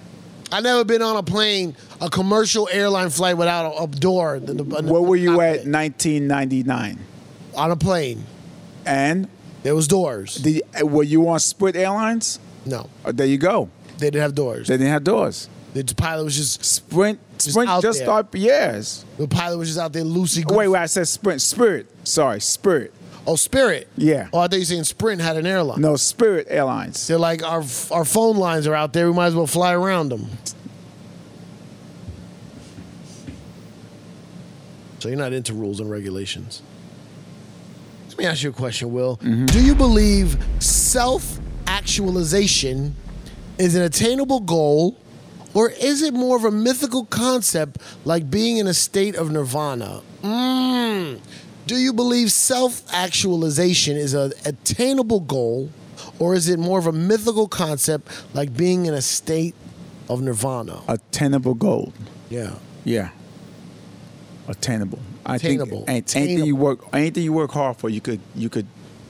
I never been on a plane, a commercial airline flight without a, a door. in the- in the Where were you at cockpit. 1999? on a plane. And There was doors. the were you on Split Airlines? no, Uh, there you go. they didn't have doors. They didn't have doors. the pilot was just Sprint, Sprint out just, there. started. Yes. the pilot was just out there loosey. Wait, wait. I said Sprint. Spirit. Sorry, Spirit. Oh, Spirit. Yeah. Oh, I thought you were saying Sprint had an airline. No, Spirit Airlines. They're like our our phone lines are out there. We might as well fly around them. So you're not into rules and regulations. Let me ask you a question, Will. Mm-hmm. Do you believe self-actualization is an attainable goal, or is it more of a mythical concept like being in a state of nirvana? Mm. Do you believe self-actualization is an attainable goal, or is it more of a mythical concept like being in a state of nirvana? Attainable gold. Yeah. Yeah. Attainable. I Attainable. think an- anything you Attainable. work anything you work hard for, you could you could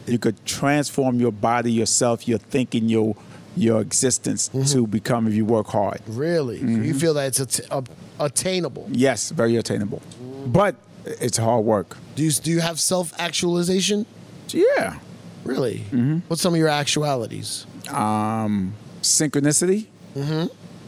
you could transform your body, yourself, your thinking, your your existence to become if you work hard. Really? You feel that it's at- ob- attainable? Yes, very attainable. But it's hard work. Do you do you have self actualization? Yeah. Really? What's some of your actualities? Synchronicity.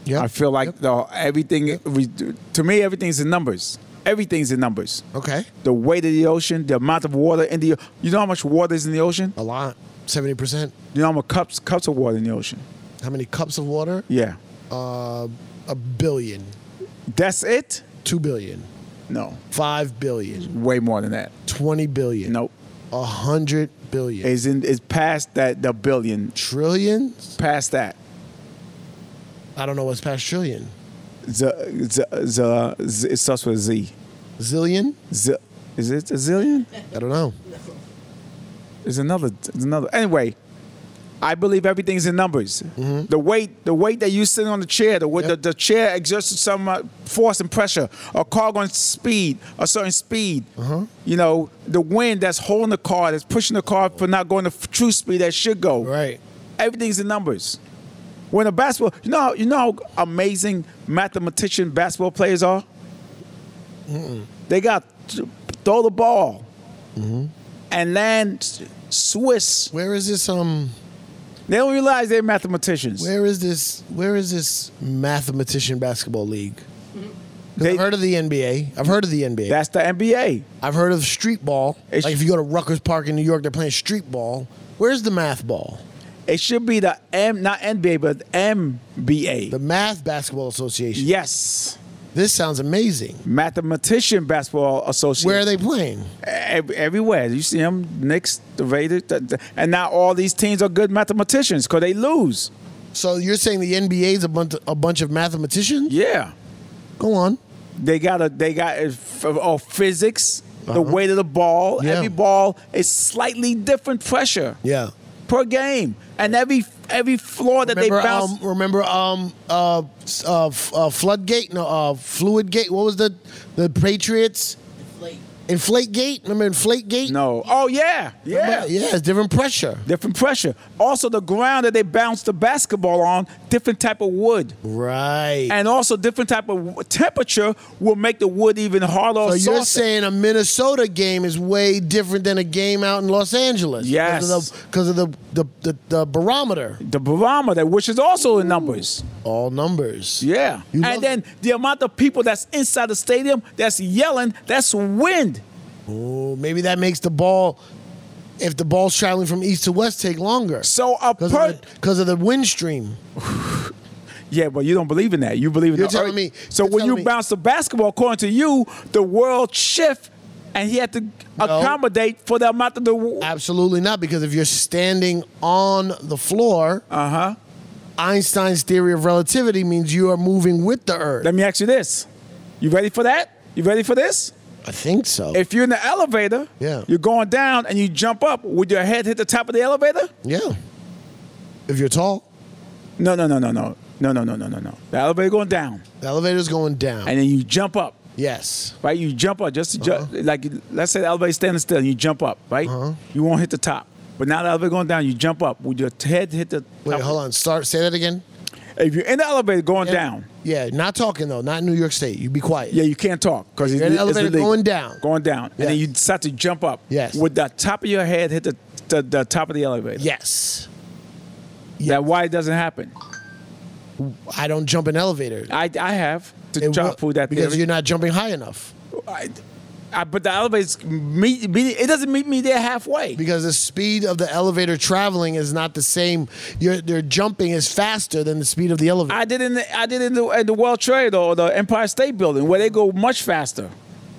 Yeah. I feel like the everything we do- to me everything's in numbers. Everything's in numbers. okay. The weight of the ocean, the amount of water in the you know how much water is in the ocean? A lot. Seventy percent. You know how much cups cups of water in the ocean? How many cups of water? Yeah. A billion. That's it? Two billion. No. Five billion. Way more than that. Twenty billion. Nope. A hundred billion. It's in it's past that the billion. Trillions? Past that. I don't know what's past trillion. Z, z, z, z, it starts with Z. Zillion? Z is it a zillion? I don't know. There's another. There's another. Anyway, I believe everything's in numbers. The weight, the weight that you sit on the chair, the weight, Mm-hmm. Yep. the, the chair exerts some uh, force and pressure. A car going speed, a certain speed. Uh-huh. You know, the wind that's holding the car, that's pushing the car for not going the f- true speed that should go. Right. Everything's in numbers. When a basketball, you know, you know how amazing mathematician basketball players are. They got throw the ball Mm-hmm. and land Swiss. Where is this um They don't realize they're mathematicians. where is this where is this mathematician basketball league? 'Cause They- I've heard of the NBA. I've heard of the NBA. That's the NBA. I've heard of street ball. It's- like if you go to Rutgers Park in New York, they're playing street ball. Where's the math ball? It should be the M, not NBA, but MBA. The Math Basketball Association. yes, This sounds amazing. mathematician basketball association. E-, Where are they playing? Ev- everywhere. You see them, Knicks, the Raiders, the- the- and now all these teams are good mathematicians because they lose. So you're saying the NBA's a bunch a bunch of mathematicians? Yeah. Go on. They got a they got a, f- oh, physics, the weight of the ball. Uh-huh. Yeah. Every ball is slightly different pressure Yeah. per game, and every every floor that Remember, they bounce. um, remember, um, uh, s- uh, f- uh, floodgate, no, uh, fluid gate. What was the, the Patriots? Like, Inflate gate. Remember inflate gate? no, oh yeah, yeah, Remember? yeah. It's different pressure. different pressure. Also, the ground that they bounce the basketball on, different type of wood, Right. and also different type of w- temperature will make the wood even harder. or So you're softer. saying a Minnesota game is way different than a game out in Los Angeles? Yes. Because of, the, 'cause of the, the, the, the barometer. the barometer, which is also in numbers. All numbers. Yeah. You love and then the amount of people that's inside the stadium that's yelling, that's wind. Ooh, maybe that makes the ball, if the ball's traveling from east to west, take longer. So a Because per- of, the- 'cause of the wind stream. Yeah, but you don't believe in that. You believe in You're the telling earth. me- So you're when you telling me- bounce the basketball, according to you, the world shift and he had to accommodate for the amount of the Absolutely not, because if you're standing on the floor, Uh huh. Einstein's theory of relativity means you are moving with the earth. Let me ask you this. You ready for that? You ready for this? I think so. If you're in the elevator, Yeah. you're going down and you jump up, would your head hit the top of the elevator? yeah. If you're tall, No, no, no, no, no. No, no, no, no, no, no. The elevator going down. the elevator's going down. And then you jump up. yes. right? You jump up just to ju- Uh-huh. like let's say the elevator standing still, and you jump up, right? You won't hit the top, but now the elevator going down, you jump up. Would your head hit the? Wait, top? hold on. Start. Say that again. If you're in the elevator going down, Yeah, not talking though. Not in New York State. You be quiet. yeah, you can't talk because it's, You're in the it's elevator illegal. going down. Going down, and then Yes. you decide to jump up. Yes. With the top of your head hit the the, the top of the elevator. Yes. That why it doesn't happen. I don't jump in elevator. I I have to It try wo- to prove that because theory. you're not jumping high enough. I, I, but the elevator's meet, meet, it doesn't meet me there halfway. Because the speed of the elevator traveling is not the same. Your your jumping is faster than the speed of the elevator. I did in the, I did in the, in the World Trade or the Empire State Building where they go much faster.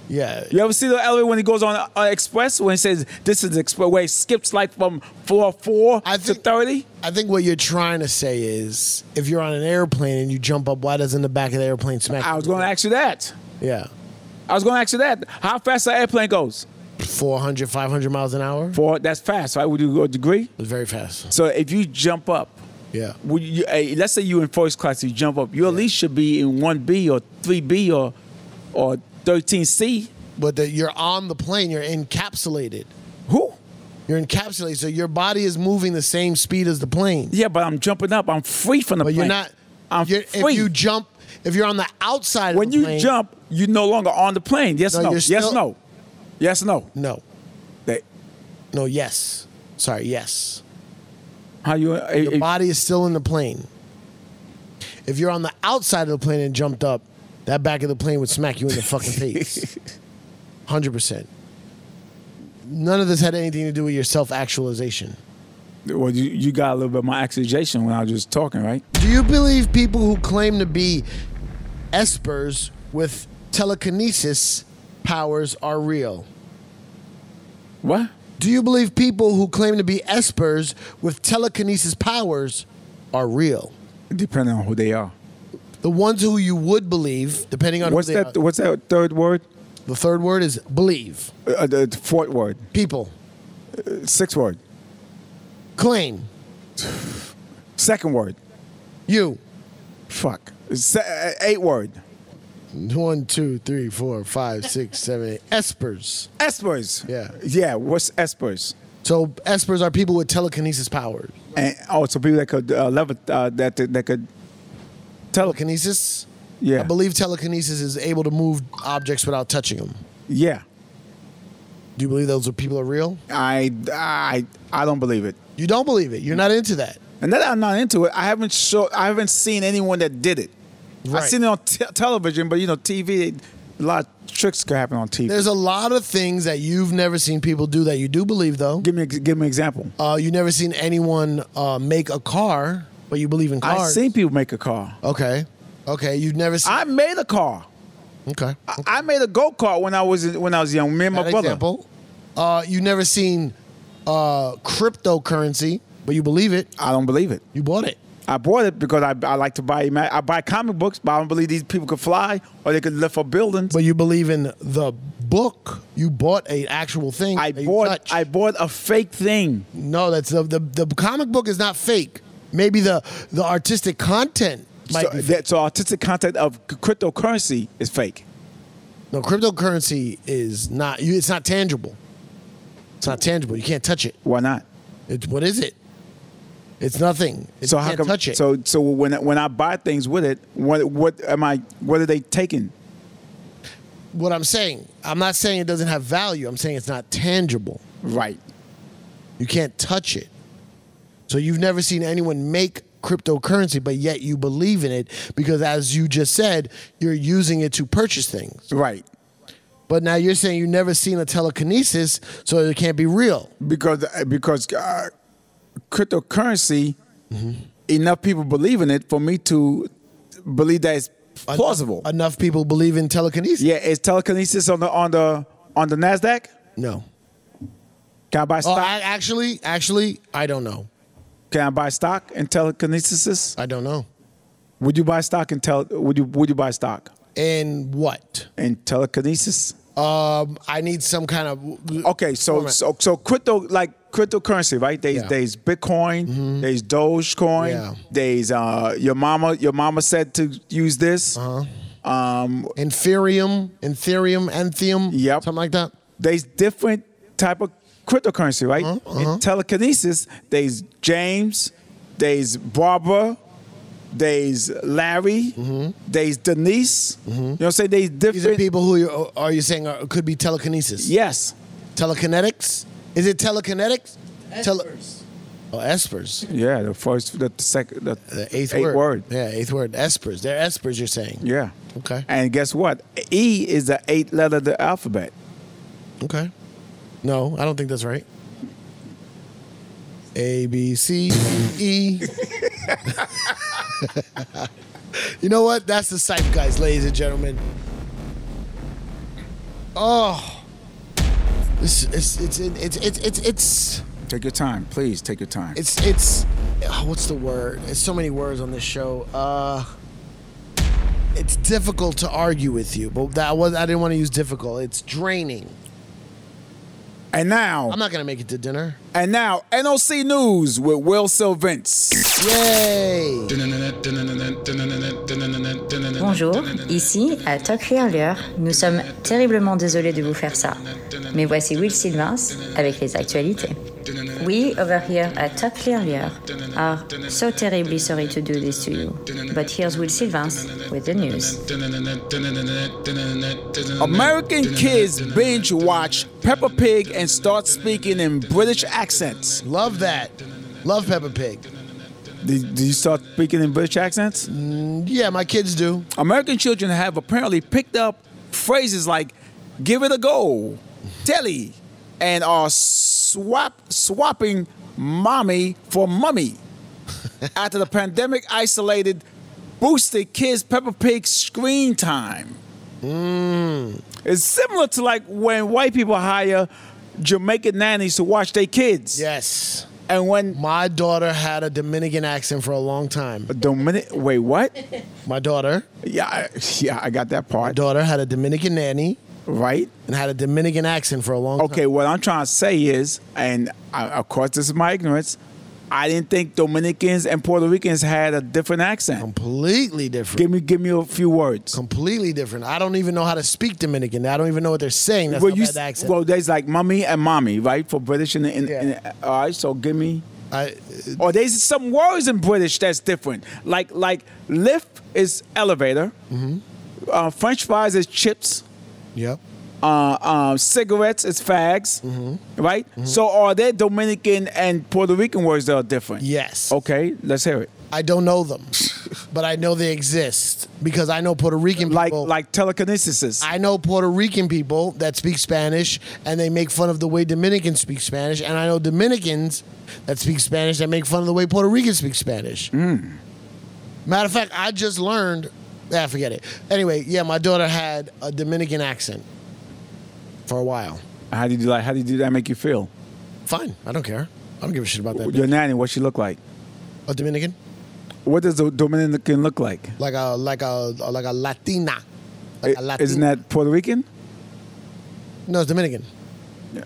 yeah. You ever see the elevator when it goes on uh, express when it says this is express where it skips like from floor four I to think- thirty? I think what you're trying to say is if you're on an airplane and you jump up, why doesn't the back of the airplane smack? I was you? going to ask you that. Yeah. I was going to ask you that. How fast the airplane goes? 400, 500 miles an hour? For that's fast, right? Would you go a degree? It's very fast. So if you jump up, Yeah. would you, eh, let's say you in first class, you jump up. You at least should be in one B or three B or or thirteen C. But the, you're on the plane, you're encapsulated. Who? You're encapsulated, so your body is moving the same speed as the plane. Yeah, but I'm jumping up. I'm free from the But plane. you're not. I'm you're, free. If you jump, if you're on the outside when of the you plane, jump, you're no longer on the plane. Yes, No, no. you're Yes, still- no. Yes, no. no, They- no, yes. Sorry, yes. how you? eh, Your eh, body is still in the plane. If you're on the outside of the plane and jumped up, that back of the plane would smack you in the fucking face. Hundred percent. None of this had anything to do with your self actualization. well, you, you got a little bit of my exaggeration when I was just talking, right? Do you believe people who claim to be espers with telekinesis powers are real? What? Do you believe people who claim to be espers with telekinesis powers are real? Depending on who they are. The ones who you would believe, depending on What's who they that? are. What's that third word? The third word is believe. Uh, the the fourth word. People Sixth word. claim Second word. you. Fuck. Se- uh, eight word. One, two, three, four, five, six, seven, eight. Espers. Espers. Yeah. Yeah. What's espers? So espers are people with telekinesis powers. And oh, so people that could uh, levitate, uh, that that could tele. Telekinesis. Yeah. I believe telekinesis is able to move objects without touching them. Yeah. Do you believe those are people are real? I I I don't believe it. You don't believe it. You're not into that. And that I'm not into it. I haven't show, I haven't seen anyone that did it. Right. I've seen it on te- television, but you know, TV, a lot of tricks could happen on TV. There's a lot of things that you've never seen people do that you do believe, though. give me ex- give me an example. Uh, you've never seen anyone uh, make a car, but you believe in cars. I've seen people make a car. Okay. Okay. You've never seen. I made a car. okay. I- I made a go kart when I was when I was young. Me and my That brother. example. Uh, you've never seen uh, cryptocurrency, but you believe it. I don't believe it. You bought it. I bought it because I, I like to buy ima- I buy comic books, but I don't believe these people could fly or they could lift up buildings. But you believe in the book. You bought an actual thing. I that you bought touched. I bought a fake thing. No, that's the, the the comic book is not fake. Maybe the the artistic content might So, be. that, so artistic content of c- cryptocurrency is fake. No, cryptocurrency is not. You, it's not tangible. It's not tangible. You can't touch it. Why not? It's what is it? It's nothing. It, So you how can't come? touch it? So so when when I buy things with it, what what am I? What are they taking? what I'm saying, I'm not saying it doesn't have value. I'm saying it's not tangible. Right. You can't touch it. So you've never seen anyone make cryptocurrency, but yet you believe in it because, as you just said, you're using it to purchase things. Right. But now you're saying you've never seen a telekinesis, so it can't be real. Because because uh, cryptocurrency, Mm-hmm. enough people believe in it for me to believe that it's plausible. Enough people believe in telekinesis. yeah, is telekinesis on the on the on the Nasdaq? No. Can I buy Oh, stock? I, actually, actually, I don't know. Can I buy stock in telekinesis? I don't know. Would you buy stock in tele? Would you would you buy stock And what? in telekinesis? Um, I need some kind of. Okay, so Format. so so crypto like cryptocurrency, right? There's Yeah. Mm-hmm. there's Bitcoin, there's Dogecoin, Yeah. there's uh your mama your mama said to use this. Uh-huh. Um, Inferium, Ethereum, Entheum, Yep. something like that. there's different type of cryptocurrency, right? Uh-huh, In telekinesis, there's James, there's Barbara, There's Larry. There's Denise. You know what I'm saying? There's Mm-hmm. These are different people who you are you saying are, could be telekinesis? Yes. Telekinetics? Is it telekinetics? Tele- Espers. oh, espers. Yeah, the first, the second, the, The eighth, eighth word. word. Yeah, eighth word. Espers. They're espers, you're saying. Yeah. Okay. And guess what? E is the eighth letter of the alphabet. Okay. No, I don't think that's right. A B C E. you know what? That's the site, guys, ladies and gentlemen. Oh, this it's it's it's it's it's it's Take your time, please. Take your time. it's, it's oh, what's the word? It's so many words on this show. Uh, it's difficult to argue with you, but that was I didn't want to use difficult. It's draining. and now, I'm not gonna make it to dinner. and now, NOC News with Will Silvins. Yay! Bonjour, ici à Talk Earlier. Nous sommes terriblement désolés de vous faire ça. Mais voici Will Sylvains avec les actualités. We over here at Talk Earlier are so terribly sorry to do this to you. But here's Will Sylvains with the news. American kids binge watch Peppa Pig and start speaking in British accents. Love that. Love Peppa Pig. Did, did you start speaking in British accents? Yeah, my kids do. American children have apparently picked up phrases like "give it a go," "telly," and are swap swapping "mommy" for "mummy." After the pandemic isolated, boosted kids Peppa Pig screen time. It's similar to like when white people hire Jamaican nannies to watch their kids, Yes. and when My daughter had a Dominican accent for a long time. Dominic, wait, what? My daughter, Yeah, I- yeah, I got that my part daughter had a Dominican nanny right. and had a Dominican accent for a long time. Okay, what I'm trying to say is, and I, of course this is my ignorance, I didn't think Dominicans and Puerto Ricans had a different accent. Completely different. Give me, give me a few words. Completely different. I don't even know how to speak Dominican. I don't even know what they're saying. That's well, not you, bad accent. well, there's like mummy and mommy, right, for British and, and, Yeah. and- uh, all right. So give me, I, uh, or there's some words in British that's different. Like like lift is elevator, uh, French fries is chips. yep. uh, um, cigarettes is fags, right? So are there Dominican and Puerto Rican words that are different? Yes. Okay, let's hear it. I don't know them, but I know they exist because I know Puerto Rican people. Like like telekinesis. I know Puerto Rican people that speak Spanish and they make fun of the way Dominicans speak Spanish, and I know Dominicans that speak Spanish that make fun of the way Puerto Ricans speak Spanish. Hmm. Matter of fact, I just learned. Ah, forget it. Anyway, yeah, my daughter had a Dominican accent for a while. how did you like? How did you- that make you feel? Fine, I don't care. I don't give a shit about that. Your nanny, what she look like? A Dominican, What does the Dominican look like? like a like a like a Latina. Like a I- Latina. Eh, Isn't that Puerto Rican? no? It's Dominican.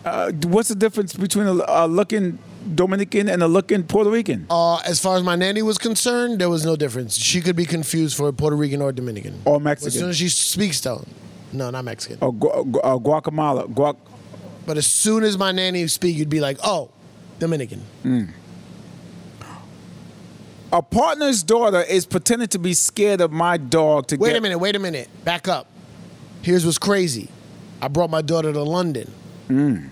Uh, what's the difference between a, a looking Dominican and a looking Puerto Rican? Uh, as far as my nanny was concerned, there was no difference. She could be confused for a Puerto Rican or Dominican. Or As soon Mexican? as she speaks, though, no, not Mexican. Or gu- gu- uh, Guacamala? Guac? But as soon as my nanny would speak, you'd be like, oh, Dominican. A partner's daughter is pretending to be scared of my dog to Wait get a minute, wait a minute, back up. Here's what's crazy. I brought my daughter to London. Mm.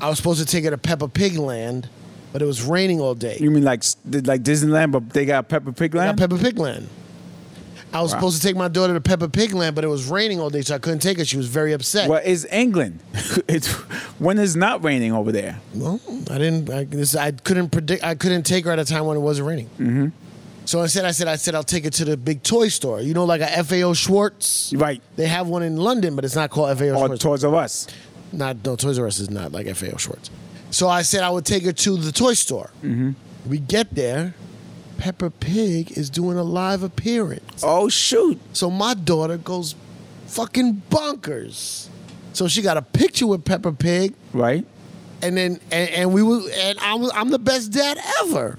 I was supposed to take her to Peppa Pig Land, but it was raining all day. You mean like like Disneyland, but they got Peppa Pig Now, land? Peppa Pig Land. I was supposed to take my daughter to Peppa Pig Land, but it was raining all day, so I couldn't take her. She was very upset. well, it's England. it's when it's not raining over there. Well, I didn't. I, this, I couldn't predict. I couldn't take her at a time when it wasn't raining. Mm-hmm. So instead, I said, I said, I'll take her to the big toy store. You know, like a FAO Schwartz. Right. They have one in London, but it's not called FAO Or Schwartz. towards of us. not no Toys R Oh, Us is not like FAO Schwartz. So I said I would take her to the toy store. Mm-hmm. We get there. Peppa Pig is doing a live appearance. Oh shoot! So my daughter goes fucking bonkers. So she got a picture with Peppa Pig Right? and then and, and we were and I'm I'm the best dad ever,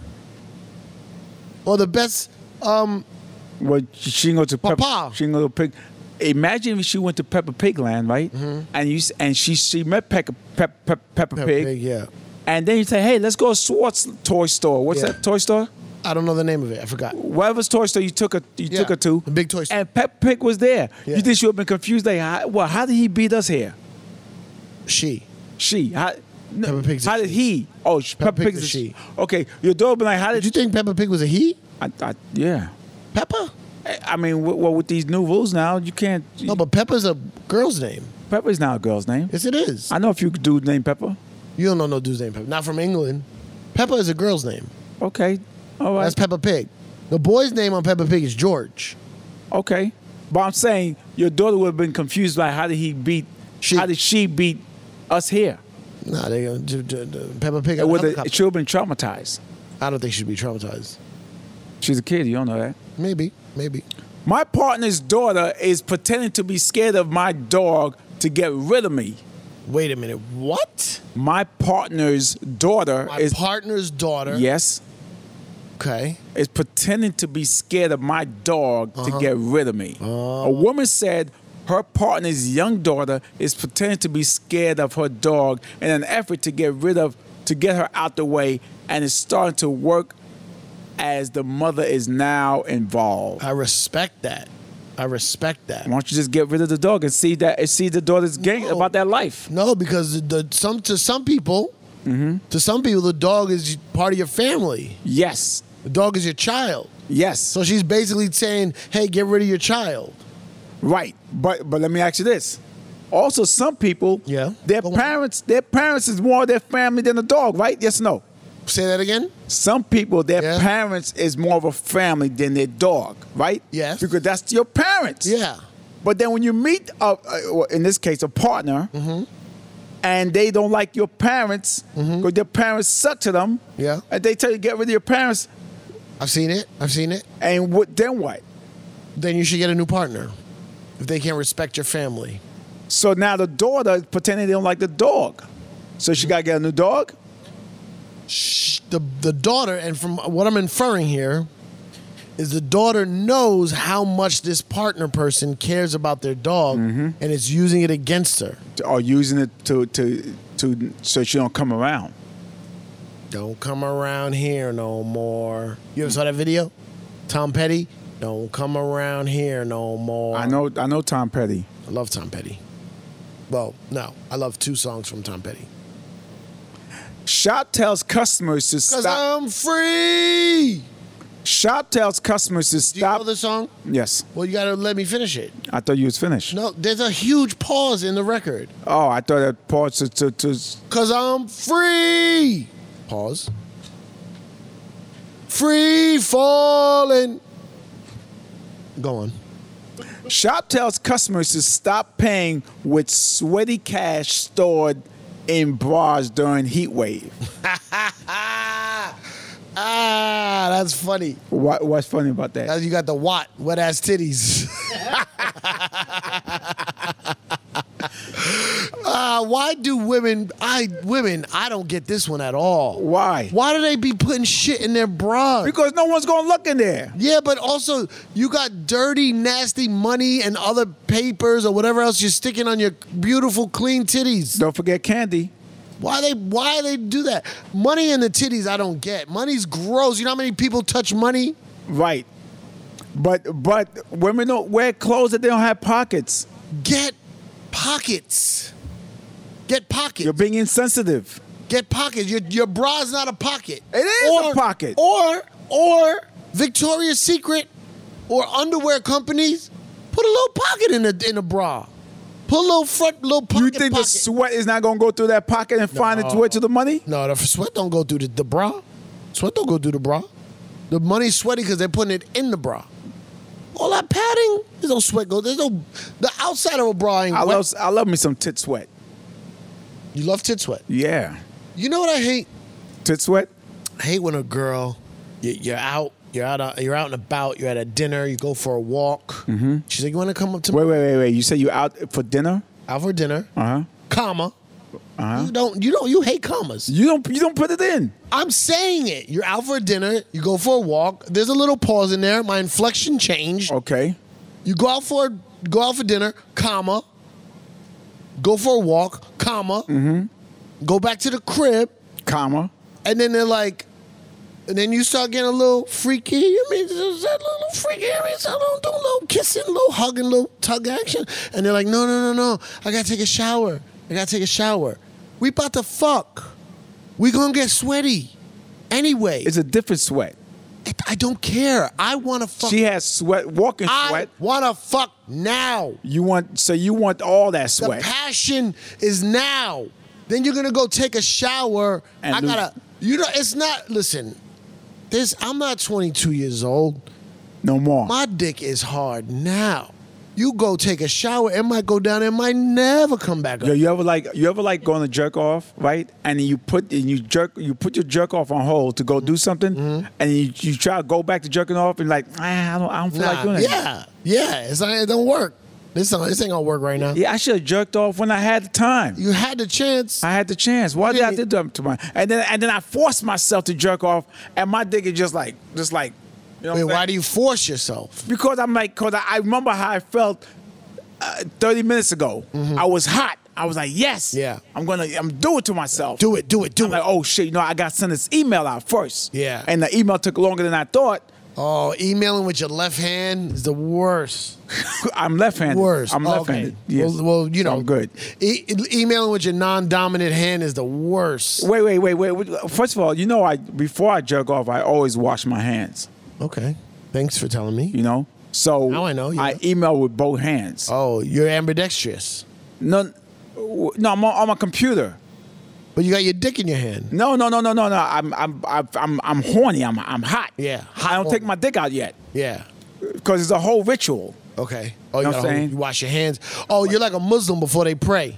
or the best. Um, Well, she can go to Peppa. Papa. She can go to Pig. Imagine if she went to Peppa Pig land, right? And you s- and she she met Peppa Pep, Pep, Peppa Mm-hmm. Peppa Pig, Pig, yeah. And then you say, hey, let's go to Swartz toy store. What's Yeah. that toy store? I don't know the name of it. I forgot. Whatever's toy store you took her, you Yeah, took her to. the big toy store. And Pep Pick was there. Yeah. You think she would have been confused? Like, how, well, how did he beat us here? She. She. How, no, Peppa Pig's a How did he? Oh, sh- Peppa Peppa, Pig's Pig's a a she. she. Okay, your dog been like, how Did did you think Peppa Pig was a he? I, I, yeah. Peppa? I- I mean, w- well, with these new rules now, you can't. No, Oh, but Peppa's a girl's name. Peppa's not a girl's name. Yes, it is. I know a few dudes named Peppa. You don't know no dude's name, Peppa. Not from England. Peppa is a girl's name. Okay, all right. That's Peppa Pig. The boy's name on Peppa Pig is George. okay, but I'm saying your daughter would have been confused by how did he beat? She. How did she beat us here? Nah, they uh, j- j- j- Peppa Pig. And got a whether helicopter. she would have been traumatized. I don't think she'd be traumatized. She's a kid. You don't know that. Maybe, maybe. My partner's daughter is pretending to be scared of my dog to get rid of me. Wait a minute. What? My partner's daughter My is partner's daughter. yes Okay. is pretending to be scared of my dog Uh-huh. to get rid of me. Oh. A woman said her partner's young daughter is pretending to be scared of her dog in an effort to get rid of to get her out the way and is starting to work as the mother is now involved. I respect that. I respect that. Why don't you just get rid of the dog and see that and see the daughter's gang No. about that life? No, because the, the some to some people, to some people, the dog is part of your family. Yes. The dog is your child. Yes. So she's basically saying, "Hey, get rid of your child." Right. But but let me ask you this. Also, some people, Yeah. their Go on. parents, their parents is more their family than a dog, right? Yes, no. Say that again. Some people, their Yeah. parents is more of a family than their dog, right? Yes. Because that's your parents. Yeah. But then when you meet, a, a- or in this case, a partner, Mm-hmm. and they don't like your parents because their parents suck to them, Yeah. and they tell you get rid of your parents, I've seen it. I've seen it. and what? Then what? Then you should get a new partner if they can't respect your family. So now the daughter is pretending they don't like the dog, so Mm-hmm. she got to get a new dog. Shh, the the daughter, and from what I'm inferring here, is the daughter knows how much this partner person cares about their dog, Mm-hmm. and is using it against her. are using it to to to so she don't come around. Don't come around here no more. You ever saw that video? Tom Petty. Don't come around here no more. I know I know Tom Petty. I love Tom Petty. Well, no, I love two songs from Tom Petty. Shop tells customers to Cause stop. I'm free. Shop tells customers to Do you stop. know the song? yes, Well, you gotta let me finish it. I thought you was finished. No, there's a huge pause in the record. Oh, I thought that pause to, to, to Cause I'm free. Pause. Free falling. Go on. Shop tells customers to stop paying with sweaty cash stored in bras during heat wave. Ah, that's funny. What, what's funny about that? Now you got the Watt wet ass titties. uh, why do women? I women. I don't get this one at all. Why? Why do they be putting shit in their bra? Because no one's gonna look in there. yeah, but also you got dirty, nasty money and other papers or whatever else you're sticking on your beautiful, clean titties. Don't forget candy. Why they? Why they do that? Money in the titties. I don't get. Money's gross. You know how many people touch money? Right. But but women don't wear clothes that they don't have pockets. Get pockets. Get pockets. You're being insensitive. Get pockets. Your your bra's not a pocket. It is a pocket. Or or Victoria's Secret or underwear companies put a little pocket in the in the bra. Put a little front little pocket. you think the pocket. sweat is not gonna go through that pocket and find its way to the money? No, the sweat don't go through the, the bra. Sweat don't go through the bra. The money's sweaty because they're putting it in the bra. All that padding, there's no sweat go. There's no the outside of a bra ain't I wet. love I love me some tit sweat. you love tit sweat. Yeah. You know what I hate? Tit sweat? I hate when a girl, you- you're out, you're out, uh, you're out and about, you're at a dinner, you go for a walk. Mm-hmm. She's like, "You want to come up to me Wait, wait, wait, wait. You said you out for dinner? out for dinner?" Uh-huh. Comma. You don't, you don't, you hate commas. You don't you don't put it in. I'm saying it. You're out for dinner. You go for a walk. There's a little pause in there. My inflection changed. Okay. You go out for go out for dinner, comma. Go for a walk, Mm-hmm. comma. Go back to the crib, Comma. and then they're like, And then you start getting a little freaky. I mean, just that little freaky. I mean, so I don't do a little kissing, little hugging, little tug action. And they're like, no, no, no, no. I gotta take a shower. I gotta take a shower. We about to fuck. We gonna get sweaty. Anyway, It's a different sweat. I don't care. I wanna fuck. She has sweat, walking I sweat. wanna fuck now. You want so you want all that The sweat. passion is now. Then you're gonna go take a shower. And I lose- gotta. You know, it's not. Listen, this. I'm not 22 years old. no more. My dick is hard now. You go take a shower. It might go down. It might never come back up. Yo, you ever like you ever like going to jerk off, right? And you put and you jerk you put your jerk off on hold to go do something, Mm-hmm. and you, you try to go back to jerking off and like ah, I don't I don't feel like Nah, doing it. yeah, yeah. It's not, it don't work. This don't, this ain't gonna work right now. Yeah, I should have jerked off when I had the time. You had the chance. I had the chance. Why did I Yeah. do that to my? And then and then I forced myself to jerk off, and my dick is just like just like. You know Wait, what I'm why saying? do you force yourself? because I'm like, because I, I remember how I felt uh, 30 minutes ago. I was hot. I was like, yes. Mm-hmm. Yeah. I'm gonna, I'm do it to myself. Do it. Do it. Do I'm it. like, oh shit, you know, I got to send this email out first. Yeah. And the email took longer than I thought. Oh, emailing with your left hand is the worst. I'm left-handed. Worst. I'm Oh, left-handed. okay. Yes. Well, well, you So know, I'm good. E- e- emailing with your non-dominant hand is the worst. Wait, wait, wait, wait, wait. First of all, you know, I before I jerk off, I always wash my hands. Okay, thanks for telling me. You know. So Now I know, yeah. I email with both hands. Oh, you're ambidextrous, No, no, I'm on, on my computer. but you got your dick in your hand. No, no, no, no, no, no. I'm, I'm, I'm, I'm, I'm horny. I'm, I'm hot. Yeah, hot I don't horny. take my dick out yet Yeah. because it's a whole ritual. Okay. Oh, you, Know what I'm gotta hold- saying? you wash your hands. Oh, you're like a Muslim before they pray.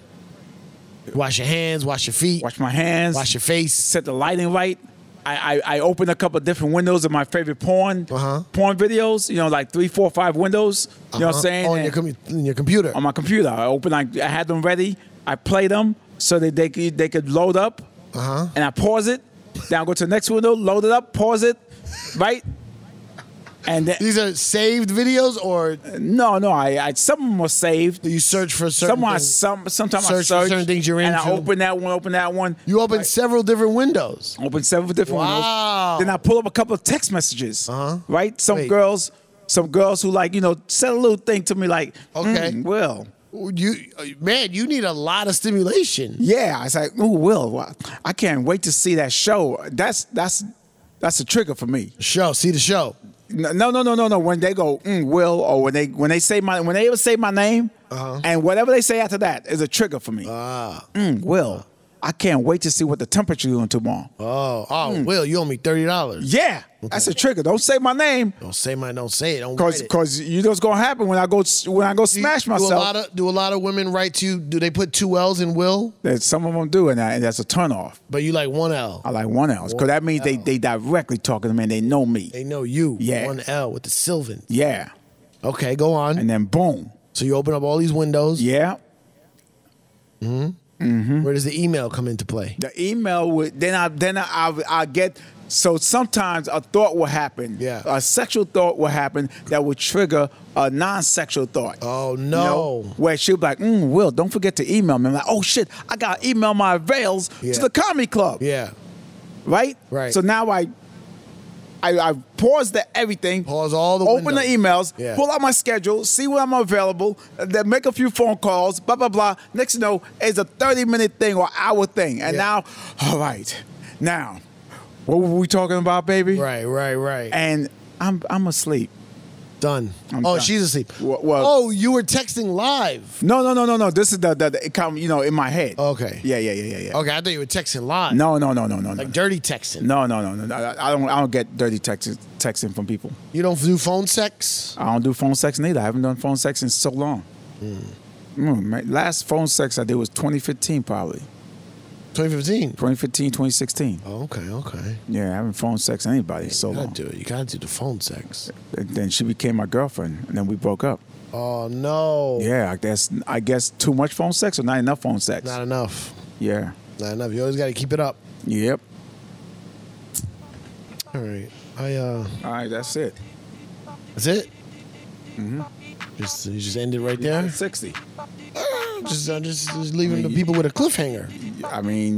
Wash your hands. Wash your feet. Wash my hands. wash your face. Set the lighting right. I, I, I open a couple of different windows of my favorite porn, Uh-huh. porn videos. You know, like three, four, five windows. You know what I'm Uh-huh. saying? On your, And- com- in your computer. on my computer. I open, I, I had them ready. I play them so that they could they could load up. Uh-huh. And I pause it. Then I go to the next window, load it up, pause it, right? And then, These are saved videos, or no, no, I, I some of them were saved. you search for certain. Some I things? some sometimes I Search for search certain things you're and I into. open that one, open that one. You open several different windows. Open several different Wow. windows. Then I pull up a couple of text messages. Uh-huh. Right? Some Wait. girls, some girls who like, you know, said a little thing to me like, "Mm, Okay. okay, Will. You man, you need a lot of stimulation. Yeah. I was like, oh Will, wow, I can't wait to see that show. That's that's that's a trigger for me. Show, see the show. No, no, no, no, no, no. When they go, mm, Will, or when they when they say my when they ever say my name, Uh-huh. and whatever they say after that is a trigger for me. Ah. Mm, Will, I can't wait to see what the temperature is doing tomorrow. Oh, oh, Hmm. Will, you owe me thirty dollars. Yeah, that's a trigger. Don't say my name, Don't say my, don't say it. Don't cause write it. cause you know what's gonna happen when I go when I go Do you- smash Do a myself. lot of do a lot of women write to you? Do they put two L's in Will, that some of them do, and, I, and that's a turnoff. but you like one L? I like one else, cause that means they they directly talking to me. and They know me. They know you. Yeah. One L with the Sylvan. Yeah, Okay, go on. and then boom. so you open up all these windows. Yeah, Where does the email come into play? the email would then I then I I, I get. So sometimes a thought will happen. Yeah. A sexual thought will happen that will trigger a non-sexual thought. Oh, You no. where she'll be like, mm, Will, don't forget to email me. I'm like, oh shit, I gotta email my avails Yeah. to the comedy club. Yeah. right? Right. So now I, I, I pause the everything. Pause all the Open windows. the emails. Yeah. Pull out my schedule. See when I'm available. uh, Then make a few phone calls. Blah blah blah. Next you know is a 30 minute thing or hour thing. And Yeah. now, all right, now, what were we talking about, baby? Right. Right. Right. And I'm I'm asleep. done. I'm oh, done. she's asleep. Wha- what? Oh, you were texting live. No no no no no. This is the the, the it come you know in my head. Okay. Yeah yeah yeah yeah yeah. Oh. Okay, I thought you were texting live. No no no no no no. Like dirty texting. no no no no. no. I I don't I don't get dirty texting texting from people. You don't do phone sex? I don't do phone sex neither. I haven't done phone sex in so long. Hmm. Mm, my last phone sex I did was 2015, probably 2015. 2015, 2016. Oh, okay, okay. Yeah, I haven't phone sex with anybody in so You gotta long. do it. You gotta do the phone sex. And then she became my girlfriend, and then we broke up. Oh no. Yeah, I guess I guess too much phone sex or not enough phone sex. Not enough. yeah. Not enough. You always gotta keep it up. Yep. All right. I uh All right, that's it. that's it? Mm-hmm. Just you just end it right there? 60. Just I'm just, just leaving the people with a cliffhanger. I mean,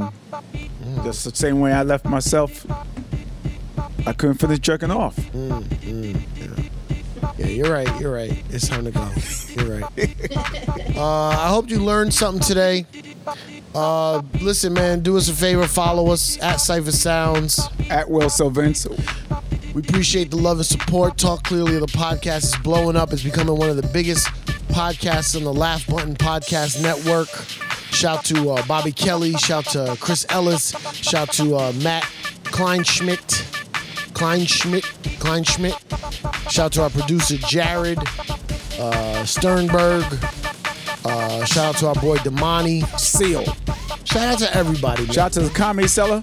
just the same way I left myself I couldn't finish jerking off. Hmm. Yeah, you're right. You're right. It's time to go. You're right. Uh, I hope you learned something today. Uh, listen, man, do us a favor. Follow us at Cypher Sounds. At Will Sylvans. We appreciate the love and support. Talk Clearly, the podcast is blowing up. It's becoming one of the biggest podcasts on the Laugh Button Podcast Network. Shout to uh, Bobby Kelly. Shout to Chris Ellis. Shout to uh, Matt Kleinschmidt. Kleinschmidt. Kleinschmidt. Shout to our producer, Jared uh, Sternberg. Uh, shout out to our boy, Damani. Seal. Shout out to everybody, man. Shout out to the comedy seller.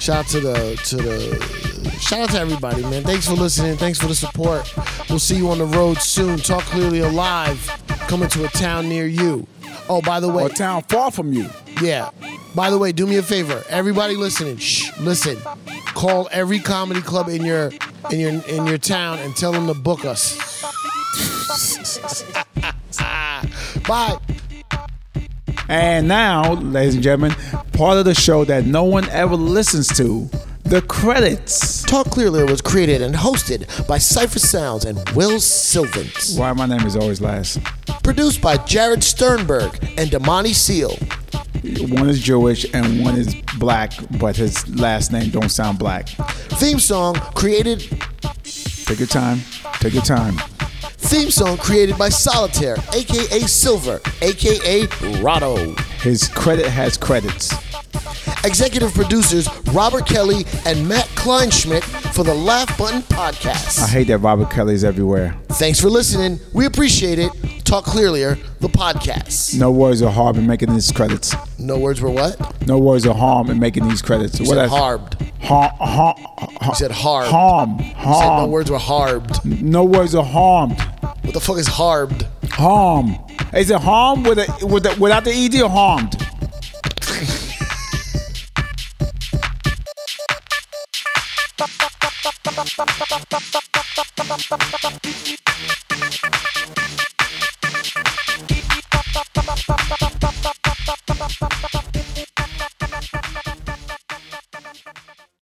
Shout out to the to the shout out to everybody, man. Thanks for listening. Thanks for the support. We'll see you on the road soon. Talk clearly alive. Coming to a town near you. Oh, by the way, Or town far from you. yeah. By the way, do me a favor. Everybody listening, shh, listen. Call every comedy club in your in your in your town and tell them to book us. Bye. And now, ladies and gentlemen, part of the show that no one ever listens to, the credits. Talk Clearly was created and hosted by Cypher Sounds and Will Sylvans. Why my name is always last. Produced by Jared Sternberg and Damani Seal. One is Jewish and one is black, but his last name don't sound black. Theme song created Take your time. Take your time. theme song created by Solitaire, aka Silver, aka Rotto. His credit has credits. Executive producers Robert Kelly and Matt Kleinschmidt for the Laugh Button I Podcast. hate that Robert Kelly's everywhere. Thanks for listening. We appreciate it. Talk clearlier, the podcast. No words of harm in making these credits. No words were what? No words of harm in making these credits. You What said else? harbed. Har- har- You said harbed. harm. You said Harm. no words were harbed. No words of harmed. What the fuck is harbed? Harm. Is it harm with a, with a, without the ed or harmed? Beep, beep,